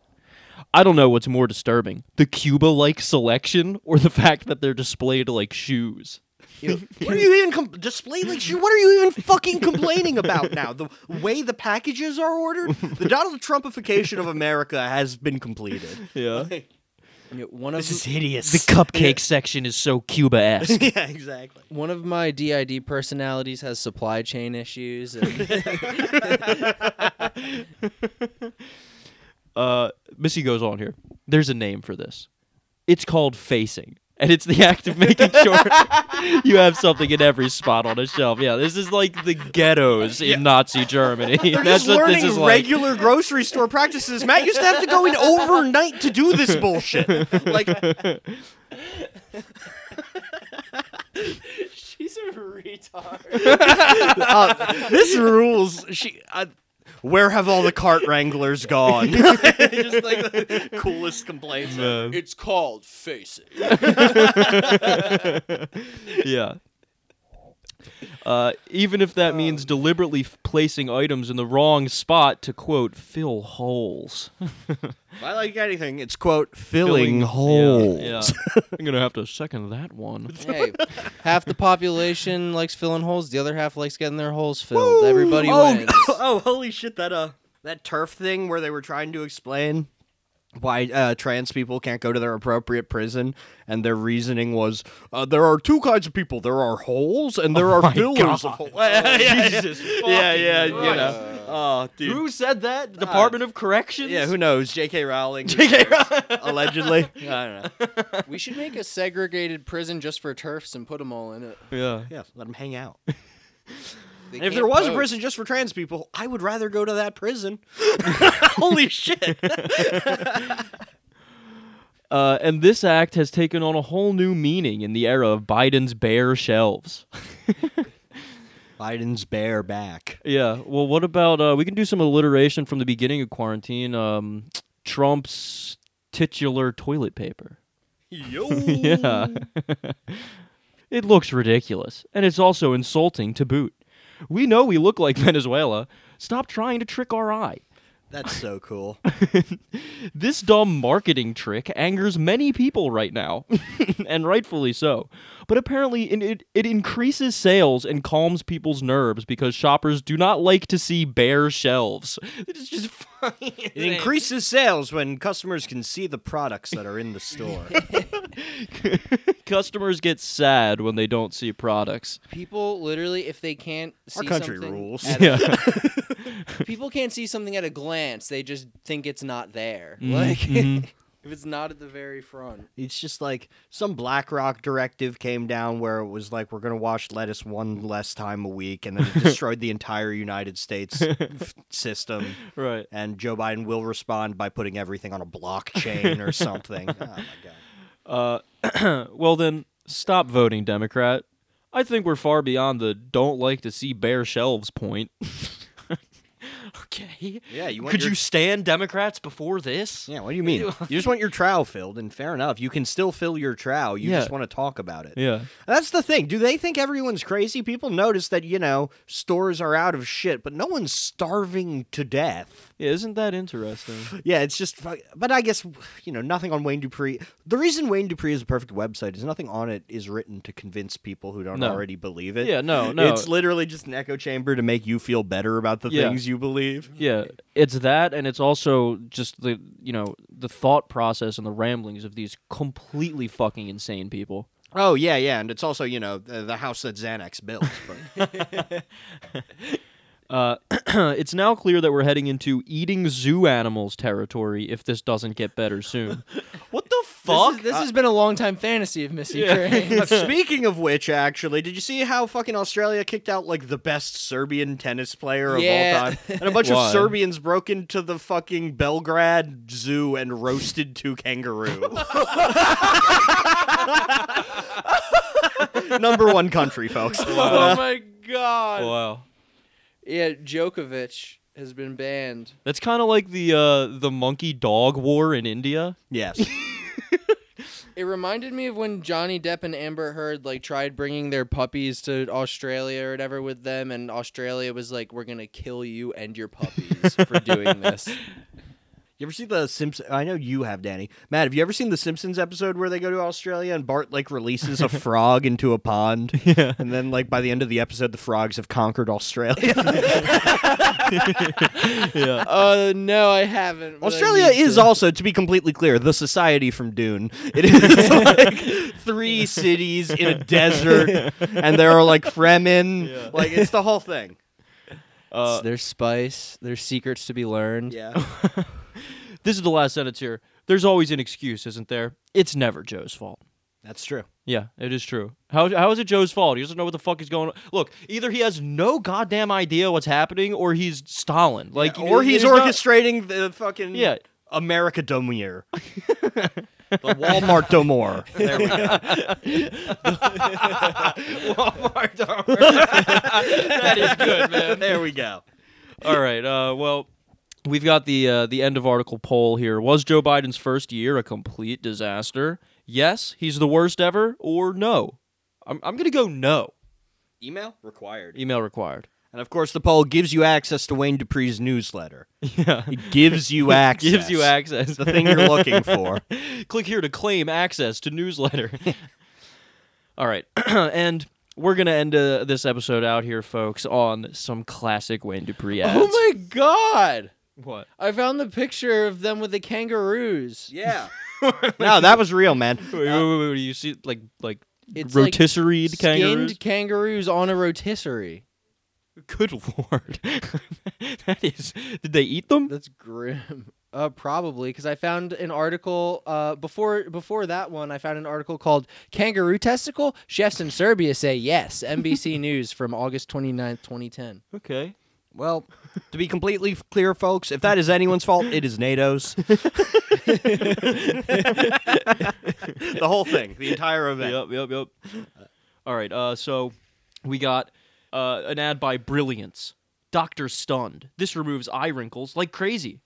S2: I don't know what's more disturbing the Cuba like selection or the fact that they're displayed like shoes.
S4: What are you even com- display like? shit, What are you even fucking complaining about now? The way the packages are ordered, the Donald Trumpification of America has been completed.
S2: Yeah.
S1: You know, One of
S4: This is hideous.
S2: The cupcake section is so Cuba esque.
S4: yeah, exactly.
S1: one of my DID personalities has supply chain issues. And
S2: uh, Missy goes on here. There's a name for this. It's called facing. And it's the act of making sure you have something in every spot on a shelf. Yeah, this is like the ghettos in Nazi Germany.
S4: They're
S2: That's
S4: just
S2: what
S4: learning
S2: this is like.
S4: regular grocery store practices. Matt used to have to go in overnight to do this bullshit. Like,
S1: she's a retard.
S4: uh, this rules. She, uh, where have all the cart wranglers gone? just like the coolest complaints.
S2: Uh,
S1: It's called facing.
S2: yeah. Uh, even if that
S4: Um.
S2: means deliberately f- placing items in the wrong spot to quote fill holes.
S4: If I like anything, it's quote filling,
S2: Filling- yeah,
S4: holes.
S2: yeah. I'm gonna have to second that one.
S1: Hey, half the population likes filling holes. The other half likes getting their holes filled. Everybody
S4: oh,
S1: wins.
S4: oh, holy shit! That uh, that turf thing where they were trying to explain why uh, trans people can't go to their appropriate prison, and their reasoning was uh, there are two kinds of people: there are holes and there are fillers of holes. Jesus, yeah, yeah, you
S2: Oh, Christ.
S4: know. Oh, dude.
S2: Who said that? The Department of Corrections?
S4: yeah, who knows? J.K. Rowling,
S2: J.K. Rowling.
S4: allegedly. I don't know.
S1: we should make a segregated prison just for turfs and put them all in it.
S2: Yeah.
S4: Yeah, let them hang out.
S1: They
S4: And if
S1: can't
S4: there was a
S1: vote.
S4: prison just for trans people, I would rather go to that prison. Holy shit!
S2: Uh, and this act has taken on a whole new meaning in the era of Biden's bare shelves.
S4: Biden's bare back.
S2: yeah. Well, what about uh, we can do some alliteration from the beginning of quarantine? Um, Trump's titular toilet paper.
S4: Yo.
S2: Yeah. it looks ridiculous, and it's also insulting to boot. We know we look like Venezuela. Stop trying to trick our eye.
S4: That's so cool.
S2: This dumb marketing trick angers many people right now, and rightfully so. But apparently, it, it, it increases sales and calms people's nerves because shoppers do not like to see bare shelves. It's just funny.
S4: It increases sales when customers can see the products that are in the store.
S2: Customers get sad when they don't see products.
S1: People literally, if they can't see
S4: Our country
S1: something
S4: rules.
S1: at a-
S2: Yeah.
S1: people can't see something at a glance. They just think it's not there.
S4: Mm-hmm.
S2: Mhm,
S1: Like
S2: mhm.
S1: if it's not at the very front.
S4: It's just like some BlackRock directive came down where it was like we're going to wash lettuce one less time a week and then it destroyed the entire United States f- system
S2: right.
S4: and Joe Biden will respond by putting everything on a blockchain or something. oh my god.
S2: Uh, well, then, stop voting, Democrat. I think we're far beyond the don't like to see bare shelves point. okay.
S4: Yeah, you want
S2: Could
S4: your-
S2: you stand Democrats before this?
S4: Yeah, what do you mean? you just want your trowel filled and fair enough. You can still fill your trowel. You
S2: Yeah.
S4: just want to talk about it.
S2: Yeah.
S4: That's the thing. Do they think everyone's crazy? People notice that, you know, stores are out of shit, but no one's starving to death.
S2: Yeah, isn't that interesting?
S4: Yeah, it's just. fu- But I guess, you know, nothing on Wayne Dupree. The reason Wayne Dupree is a perfect website is nothing on it is written to convince people who don't
S2: No.
S4: already believe it.
S2: yeah, no, no.
S4: It's literally just an echo chamber to make you feel better about the
S2: Yeah.
S4: things you believe.
S2: yeah, it's that and it's also just the, you know, the thought process and the ramblings of these completely fucking insane people.
S4: Oh, yeah, yeah. And it's also, you know, the, the house that Xanax built. But.
S2: Uh, it's now clear that we're heading into eating zoo animals territory if this doesn't get better soon.
S4: What the
S1: This, is, this has been a long time fantasy of Missy
S2: Yeah.
S1: Crane.
S4: Uh, Speaking of which, actually, did you see how fucking Australia kicked out like the best Serbian tennis player of
S1: Yeah.
S4: all time? And a bunch of
S2: Why?
S4: Serbians broke into the fucking Belgrade zoo and roasted two kangaroo. Number one country, folks.
S1: oh my god.
S2: Wow.
S1: Yeah, Djokovic has been banned.
S2: That's kind of like the uh, the monkey dog war in India.
S4: Yes.
S1: It reminded me of when Johnny Depp and Amber Heard like tried bringing their puppies to Australia or whatever with them, and Australia was like, "We're gonna kill you and your puppies for doing this."
S4: You ever see the Simpsons? I know you have, Danny. Matt, have you ever seen the Simpsons episode where they go to Australia and Bart like releases a frog into a pond,
S2: Yeah.
S4: and then like by the end of the episode, the frogs have conquered Australia.
S2: yeah.
S1: Uh, no, I haven't. but I
S4: Australia
S1: need
S4: is
S1: to.
S4: also, to be completely clear, the society from Dune. It is like three cities in a desert, and there are like Fremen.
S2: Yeah.
S4: Like it's the whole thing.
S2: Uh,
S1: there's spice. There's secrets to be learned.
S4: Yeah.
S2: this is the last sentence here. There's always an excuse, isn't there? It's never Joe's fault.
S4: That's true.
S2: Yeah, it is true. How, how is it Joe's fault? He doesn't know what the fuck is going on. Look, either he has no goddamn idea what's happening or he's Stalin. Like,
S4: or he's
S2: there's not-
S4: orchestrating the fucking
S2: Yeah.
S4: America Domier. the Walmart Domor.
S2: Walmart that is good, man.
S4: There we go.
S2: All right. Uh, well, we've got the uh, the end of article poll here. Was Joe Biden's first year a complete disaster? Yes, he's the worst ever, or no? I'm, I'm gonna go no.
S4: Email required.
S2: Email required.
S4: And of course, the poll gives you access to Wayne Dupree's newsletter.
S2: Yeah.
S4: It gives you access.
S2: Gives you access.
S4: The thing you're looking for.
S2: Click here to claim access to newsletter. All right. and we're going to end uh, this episode out here, folks, on some classic Wayne Dupree ads.
S1: Oh my god!
S2: What?
S1: I found the picture of them with the kangaroos.
S4: Yeah. no, that was real, man.
S2: Wait, wait, wait, wait, You see, like, like
S1: It's like
S2: rotisserie
S1: skinned
S2: kangaroos?
S1: kangaroos on a rotisserie.
S2: Good lord. that is. Did they eat them?
S1: That's grim. Uh, probably because I found an article uh, before before that one. I found an article called "Kangaroo Testicle Chefs in Serbia Say Yes." NBC News from August 29th, 2010.
S2: Okay.
S4: Well, to be completely clear, folks, if that is anyone's fault, it is NATO's. the whole thing, the entire event.
S2: Yep, yep, yep. All right, uh, so we got uh, an ad by Brilliance. Doctor Stunned. This removes eye wrinkles like crazy.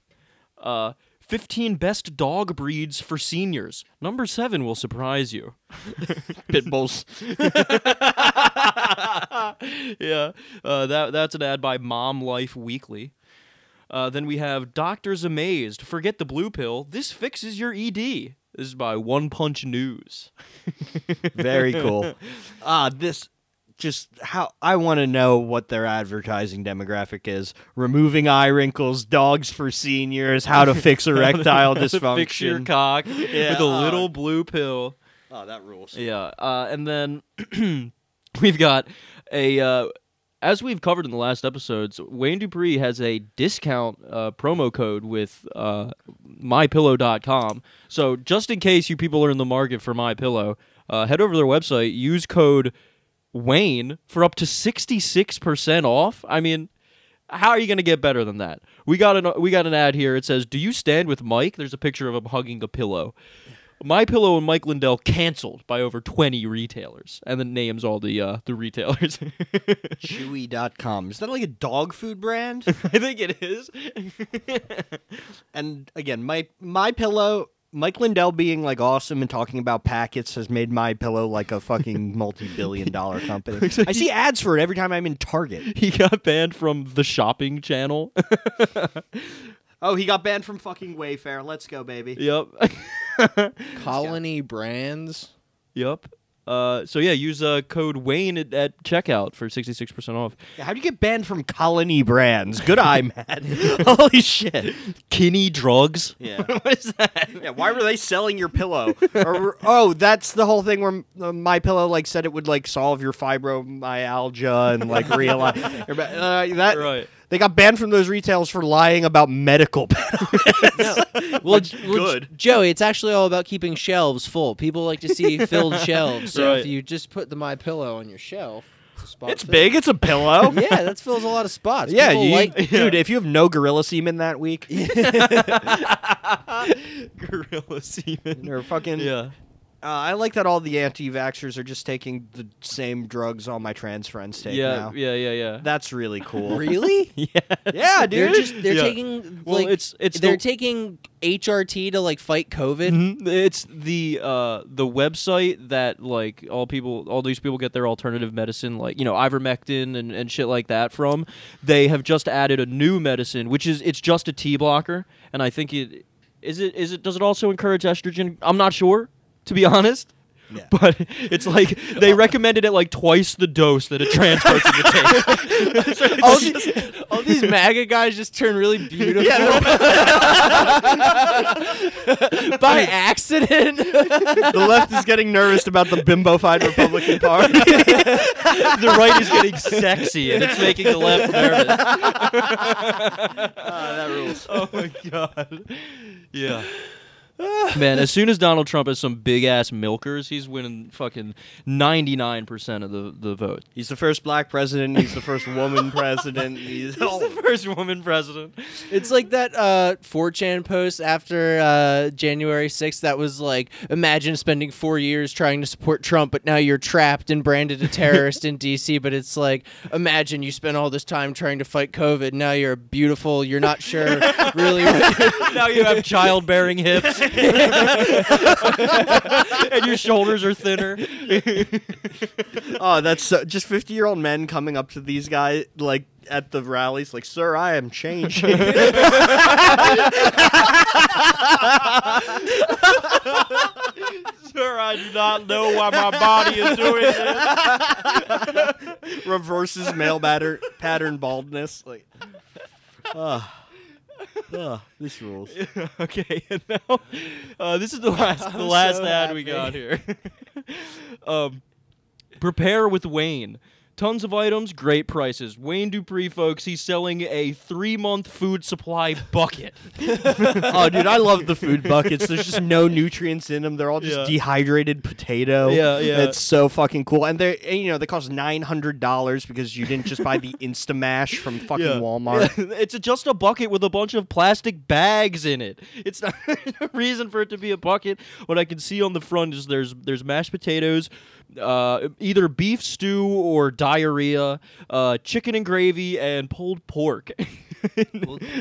S2: Uh, 15 best dog breeds for seniors. Number seven will surprise you.
S4: Pit bulls.
S2: yeah, uh, that that's an ad by Mom Life Weekly. Uh, then we have Doctors Amazed. Forget the blue pill. This fixes your ED. This is by One Punch News.
S4: Very cool. Ah, this just how I want to know what their advertising demographic is. Removing eye wrinkles, dogs for seniors, how to fix erectile dysfunction.
S2: Fix your cock with a
S4: uh,
S2: little blue pill.
S4: oh, that rules.
S2: Yeah, uh, and then we've got a uh, as we've covered in the last episodes, Wayne Dupree has a discount uh, promo code with uh, mypillow.com. So just in case you people are in the market for MyPillow, uh, head over to their website, use code Wayne for up to sixty six percent off. I mean. How are you going to get better than that? We got an we got an ad here. It says, "Do you stand with Mike?" There's a picture of him hugging a pillow. My Pillow and Mike Lindell canceled by over 20 retailers, and then names all the uh, the retailers.
S4: Chewy.com. Is that like a dog food brand?
S2: I think it is.
S4: and again, my my pillow, Mike Lindell being like awesome and talking about packets has made my pillow like a fucking multi-billion dollar company. I see ads for it every time I'm in Target.
S2: he got banned from the shopping channel.
S4: Oh, he got banned from fucking Wayfair. Let's go, baby.
S2: yep.
S1: Colony Brands.
S2: yep. Uh, so yeah, use uh, code Wayne at, at checkout for 66% off.
S4: How do you get banned from Colony Brands? Good eye, Matt. Holy shit.
S2: Kinney Drugs.
S4: Yeah.
S2: what is that?
S4: Yeah, why were they selling your pillow? or, oh, that's the whole thing where uh, my pillow like said it would like solve your fibromyalgia and like realize uh, that
S2: Right.
S4: they got banned from those retails for lying about medical benefits.
S1: Well, good. Joey, it's actually all about keeping shelves full. People like to see filled shelves. So
S2: Right.
S1: if you just put the My Pillow on your shelf, it's, a spot
S4: it's
S1: filled.
S4: big. It's a pillow.
S1: Yeah, that fills a lot of spots.
S4: Yeah,
S1: People
S4: you,
S1: like
S4: dude. If you have no gorilla semen that week,
S2: Gorilla semen.
S4: or fucking
S2: Yeah.
S4: Uh, I like that all the anti-vaxxers are just taking the same drugs all my trans friends take
S2: yeah,
S4: now.
S2: yeah, yeah, yeah,
S4: That's really cool.
S1: Really?
S2: yeah.
S4: Yeah, dude.
S1: They're just they're
S2: Yeah.
S1: taking
S2: Well,
S1: like
S2: it's- it's
S1: they're
S2: the-
S1: taking HRT to like fight COVID.
S2: Mhm. It's the uh, the website that like all people, all these people get their alternative medicine, like you know ivermectin and, and shit like that from. They have just added a new medicine, which is it's just a T blocker, and I think it is it is it does it also encourage estrogen? I'm not sure, to be honest.
S4: Yeah.
S2: But it's like they recommended it like twice the dose that a trans person would take. So it's
S1: all,
S2: just-
S1: these, all these MAGA guys just turn really beautiful by accident.
S4: the left is getting nervous about the bimbofied Republican Party.
S2: the right is getting sexy and it's making the left nervous.
S4: that rules.
S2: Oh my god. Yeah. Man, as soon as Donald Trump has some big ass milkers, he's winning fucking ninety nine percent of the, the vote.
S4: He's the first black president. He's the first woman president.
S2: He's
S4: He's,
S2: the first woman president.
S1: It's like that uh, 4chan post after uh, January 6th that was like, imagine spending four years trying to support Trump, but now you're trapped and branded a terrorist in D.C. But it's like, imagine you spent all this time trying to fight COVID. Now you're beautiful. You're not sure really. what you're-
S2: now you have childbearing hips. and your shoulders are thinner.
S4: oh, that's so, just fifty-year-old men coming up to these guys like at the rallies, like, "Sir, I am changing."
S2: Sir, I do not know why my body is doing this.
S4: Reverses male batter, pattern baldness. Like, uh, this rules.
S2: okay, and now uh, this is the last the
S1: I'm
S2: last
S1: so
S2: ad we got here. um, prepare with Wayne. Tons of items, great prices. Wayne Dupree, folks, he's selling a three month food supply bucket.
S4: oh, dude, I love the food buckets. There's just no nutrients in them. They're all just
S2: Yeah.
S4: dehydrated potato.
S2: Yeah, yeah.
S4: It's so fucking cool. And they, are you know, they cost nine hundred dollars because you didn't just buy the Instamash from fucking Walmart.
S2: it's just a bucket with a bunch of plastic bags in it. It's not a reason for it to be a bucket. What I can see on the front is there's there's mashed potatoes, uh, either beef stew or diarrhea, uh, chicken and gravy, and pulled pork.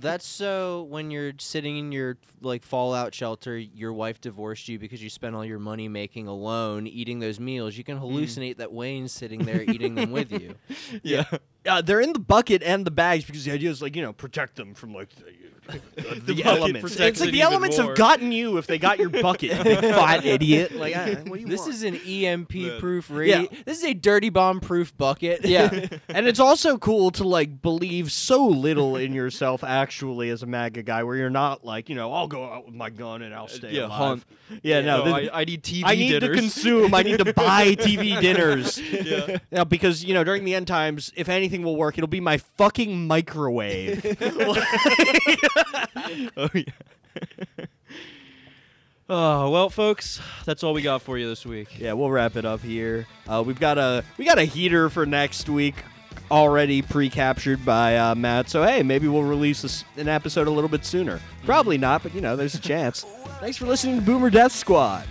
S1: That's so when you're sitting in your like fallout shelter, your wife divorced you because you spent all your money making a loan, eating those meals. You can
S4: Mm.
S1: hallucinate that Wayne's sitting there eating them with you.
S2: yeah.
S4: Uh, they're in the bucket and the bags because the idea is like you know protect them from like the, the,
S2: bucket
S4: elements.
S2: protects
S4: It's like
S2: it
S4: the
S2: even
S4: elements
S2: more.
S4: have gotten you if they got your bucket, you fat idiot. Like, I, what do you
S1: This
S4: want?
S1: is an EMP
S2: Man.
S1: proof rate.
S4: Yeah.
S1: This is a dirty bomb proof bucket.
S4: Yeah. and it's also cool to like believe so little in yourself actually as a MAGA guy where you're not like, you know, I'll go out with my gun and I'll stay
S2: Uh, Yeah,
S4: alive.
S2: hunt.
S4: Yeah, no,
S2: No,
S4: th-
S2: I, I need TV
S4: I need
S2: dinners.
S4: to consume. I need to buy TV dinners.
S2: Yeah.
S4: Yeah, because you know during the end times, if anything will work, it'll be my fucking microwave.
S2: oh yeah. oh well, folks, that's all we got for you this week.
S4: yeah, we'll wrap it up here. Uh, we've got a we got a heater for next week already pre-captured by uh, Matt. So hey, maybe we'll release this, an episode a little bit sooner. Probably
S1: Mm-hmm.
S4: not, but you know, there's a chance. Thanks for listening to Boomer Death Squad.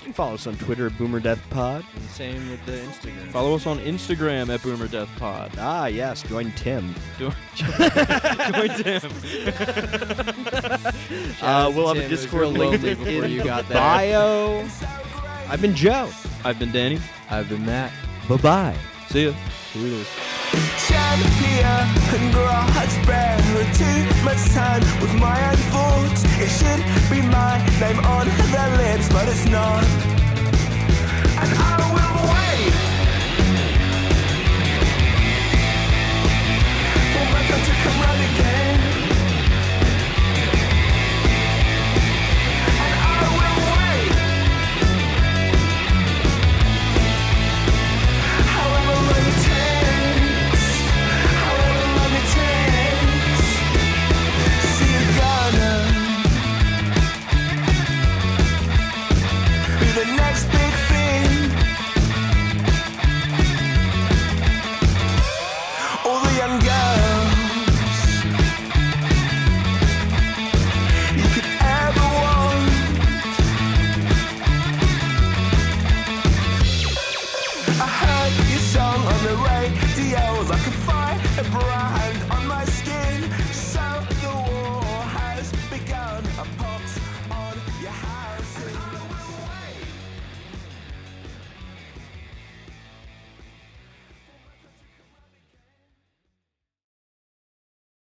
S4: You can follow us on Twitter at Boomer Death Pod.
S1: Same with the Instagram.
S2: Follow us on Instagram at Boomer Death Pod.
S4: Ah, yes, join Tim.
S2: Join Tim.
S4: Uh, we'll have
S1: Tim,
S4: a
S1: it was
S4: Discord
S1: real
S4: link
S1: lonely before
S4: in
S1: you
S4: the
S1: got there.
S4: bio. I've been Joe.
S2: I've been Danny.
S1: I've been Matt.
S4: Bye bye.
S2: See ya.
S5: China beer and raspberry too much time with my own thoughts. It should be my name on the list.